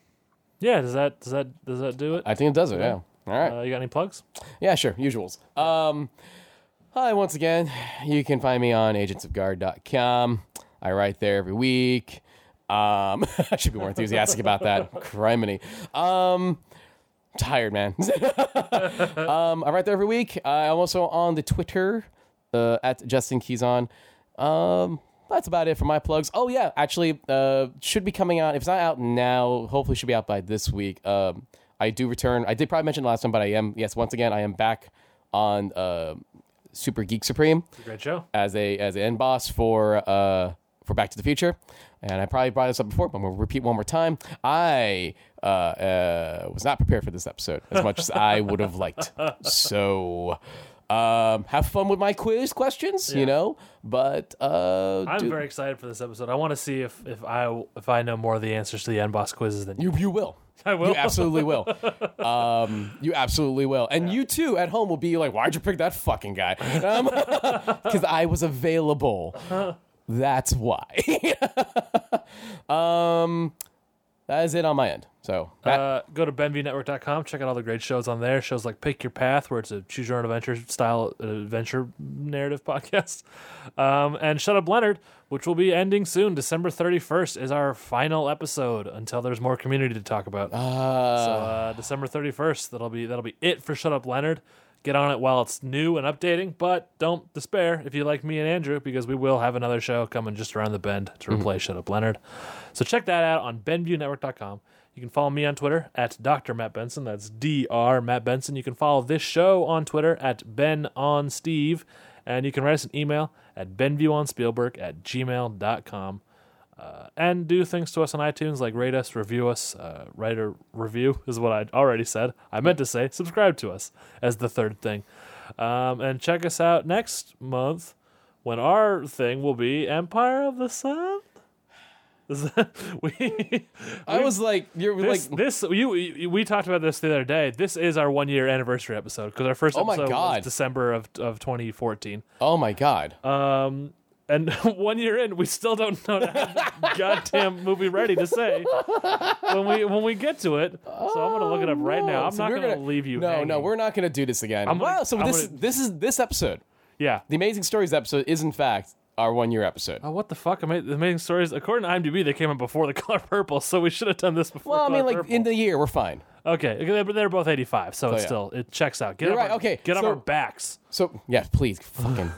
Speaker 1: yeah. Does that does that does that do it?
Speaker 2: I think it does it. Yeah. All right.
Speaker 1: Uh, you got any plugs?
Speaker 2: Yeah, sure. Usuals. Um, hi, once again. You can find me on agentsofguard.com. I write there every week. Um, I should be more enthusiastic about that. Criminy. Um, tired, man. um, I write there every week. I'm also on the Twitter uh, at Justin Keyson. Um, that's about it for my plugs. Oh yeah, actually, uh, should be coming out. If it's not out now, hopefully, should be out by this week. Um, I do return. I did probably mention it last time, but I am yes, once again, I am back on uh, Super Geek Supreme
Speaker 1: Great show.
Speaker 2: as a as an end boss for uh for Back to the Future, and I probably brought this up before, but I'm gonna repeat one more time. I uh, uh was not prepared for this episode as much as I would have liked. So. Um, have fun with my quiz questions, you know. But uh,
Speaker 1: I'm
Speaker 2: do-
Speaker 1: very excited for this episode. I want to see if, if I if I know more of the answers to the end boss quizzes than you.
Speaker 2: you you will.
Speaker 1: I will.
Speaker 2: You absolutely will. Um, you absolutely will. And you too at home will be like, why'd you pick that fucking guy? Because I was available. That's why. um, that is it on my end. So Matt,
Speaker 1: Uh, go to benvnetwork.com. Check out all the great shows on there. Shows like Pick Your Path, where it's a choose your own adventure style uh, adventure narrative podcast, um, and Shut Up Leonard, which will be ending soon. December 31st is our final episode until there's more community to talk about. so uh, December 31st, that'll be that'll be it for Shut Up Leonard. Get on it while it's new and updating, but don't despair if you like me and Andrew, because we will have another show coming just around the bend to replace Shut Up Leonard. So check that out on BenviewNetwork.com. You can follow me on Twitter at Dr. Matt Benson. That's Dr. Matt Benson. You can follow this show on Twitter at BenOnSteve. And you can write us an email at BenviewOnSpielberg at gmail.com. Uh, and do things to us on iTunes like rate us, review us, uh, write a review is what I already said. I meant to say subscribe to us as the third thing. Um, and check us out next month when our thing will be Empire of the Sun. Is that, we
Speaker 2: I was like, you're
Speaker 1: Uh, this,
Speaker 2: like,
Speaker 1: this you, you we talked about this the other day. This is our one year anniversary episode because our first
Speaker 2: Oh my
Speaker 1: episode
Speaker 2: God.
Speaker 1: was December of of 2014.
Speaker 2: oh my God.
Speaker 1: Um, and one year in, we still don't know to have the goddamn movie ready to say when we when we get to it. So I'm gonna look it up right now. I'm
Speaker 2: Oh, So
Speaker 1: not
Speaker 2: we're
Speaker 1: gonna, leave you.
Speaker 2: No,
Speaker 1: hanging.
Speaker 2: no, we're not going to do this again.
Speaker 1: gonna-
Speaker 2: wow. So
Speaker 1: I'm
Speaker 2: this,
Speaker 1: gonna-
Speaker 2: this is this episode,
Speaker 1: yeah.
Speaker 2: the Amazing Stories episode, is in fact our one year episode.
Speaker 1: Oh, what the fuck? Ama- The amazing stories. According to IMDb, they came out before the color purple, so we should have done this before.
Speaker 2: Well, I
Speaker 1: Color
Speaker 2: mean, like
Speaker 1: Purple.
Speaker 2: in the year, we're fine.
Speaker 1: okay, okay, they're- they're both 85, so it's
Speaker 2: yeah.
Speaker 1: still it checks out. Get
Speaker 2: You're
Speaker 1: up
Speaker 2: right,
Speaker 1: our-
Speaker 2: okay,
Speaker 1: Get on
Speaker 2: so-
Speaker 1: our backs.
Speaker 2: So yeah, please, fucking.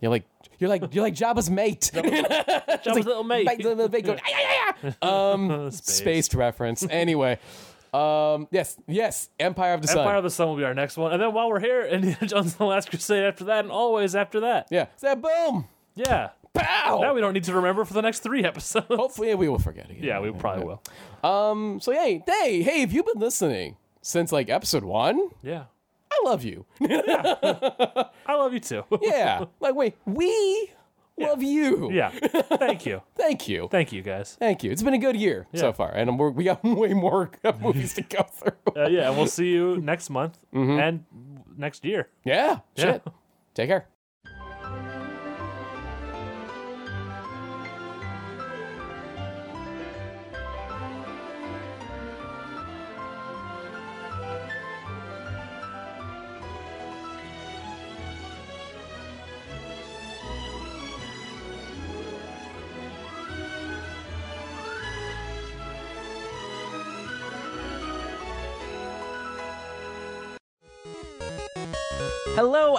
Speaker 2: you're like you're like you're like Jabba's mate.
Speaker 1: Jump with little mate.
Speaker 2: Like the little big going, "Ah, yeah, yeah, yeah." Um,
Speaker 1: Space.
Speaker 2: spaced reference. Anyway, um, yes, yes, Empire of the Sun.
Speaker 1: Empire of the Sun will be our next one, and then while we're here, Indiana Jones and the Last Crusade after that, and always after that.
Speaker 2: yeah, so boom,
Speaker 1: Yeah.
Speaker 2: pow.
Speaker 1: Now we don't need to remember for the next three episodes.
Speaker 2: Hopefully, we will forget again.
Speaker 1: Yeah, we probably will.
Speaker 2: Um, so hey, hey, hey, if you've been listening since like episode one,
Speaker 1: Yeah.
Speaker 2: I love you.
Speaker 1: I love you too.
Speaker 2: Yeah, like wait, we love you.
Speaker 1: yeah. Thank you.
Speaker 2: thank you.
Speaker 1: Thank you guys.
Speaker 2: Thank you. It's been a good year so far, and we're, we got way more movies to go through.
Speaker 1: Uh, yeah, and we'll see you next month and next year.
Speaker 2: Yeah. Shit. Take care.
Speaker 3: Hello,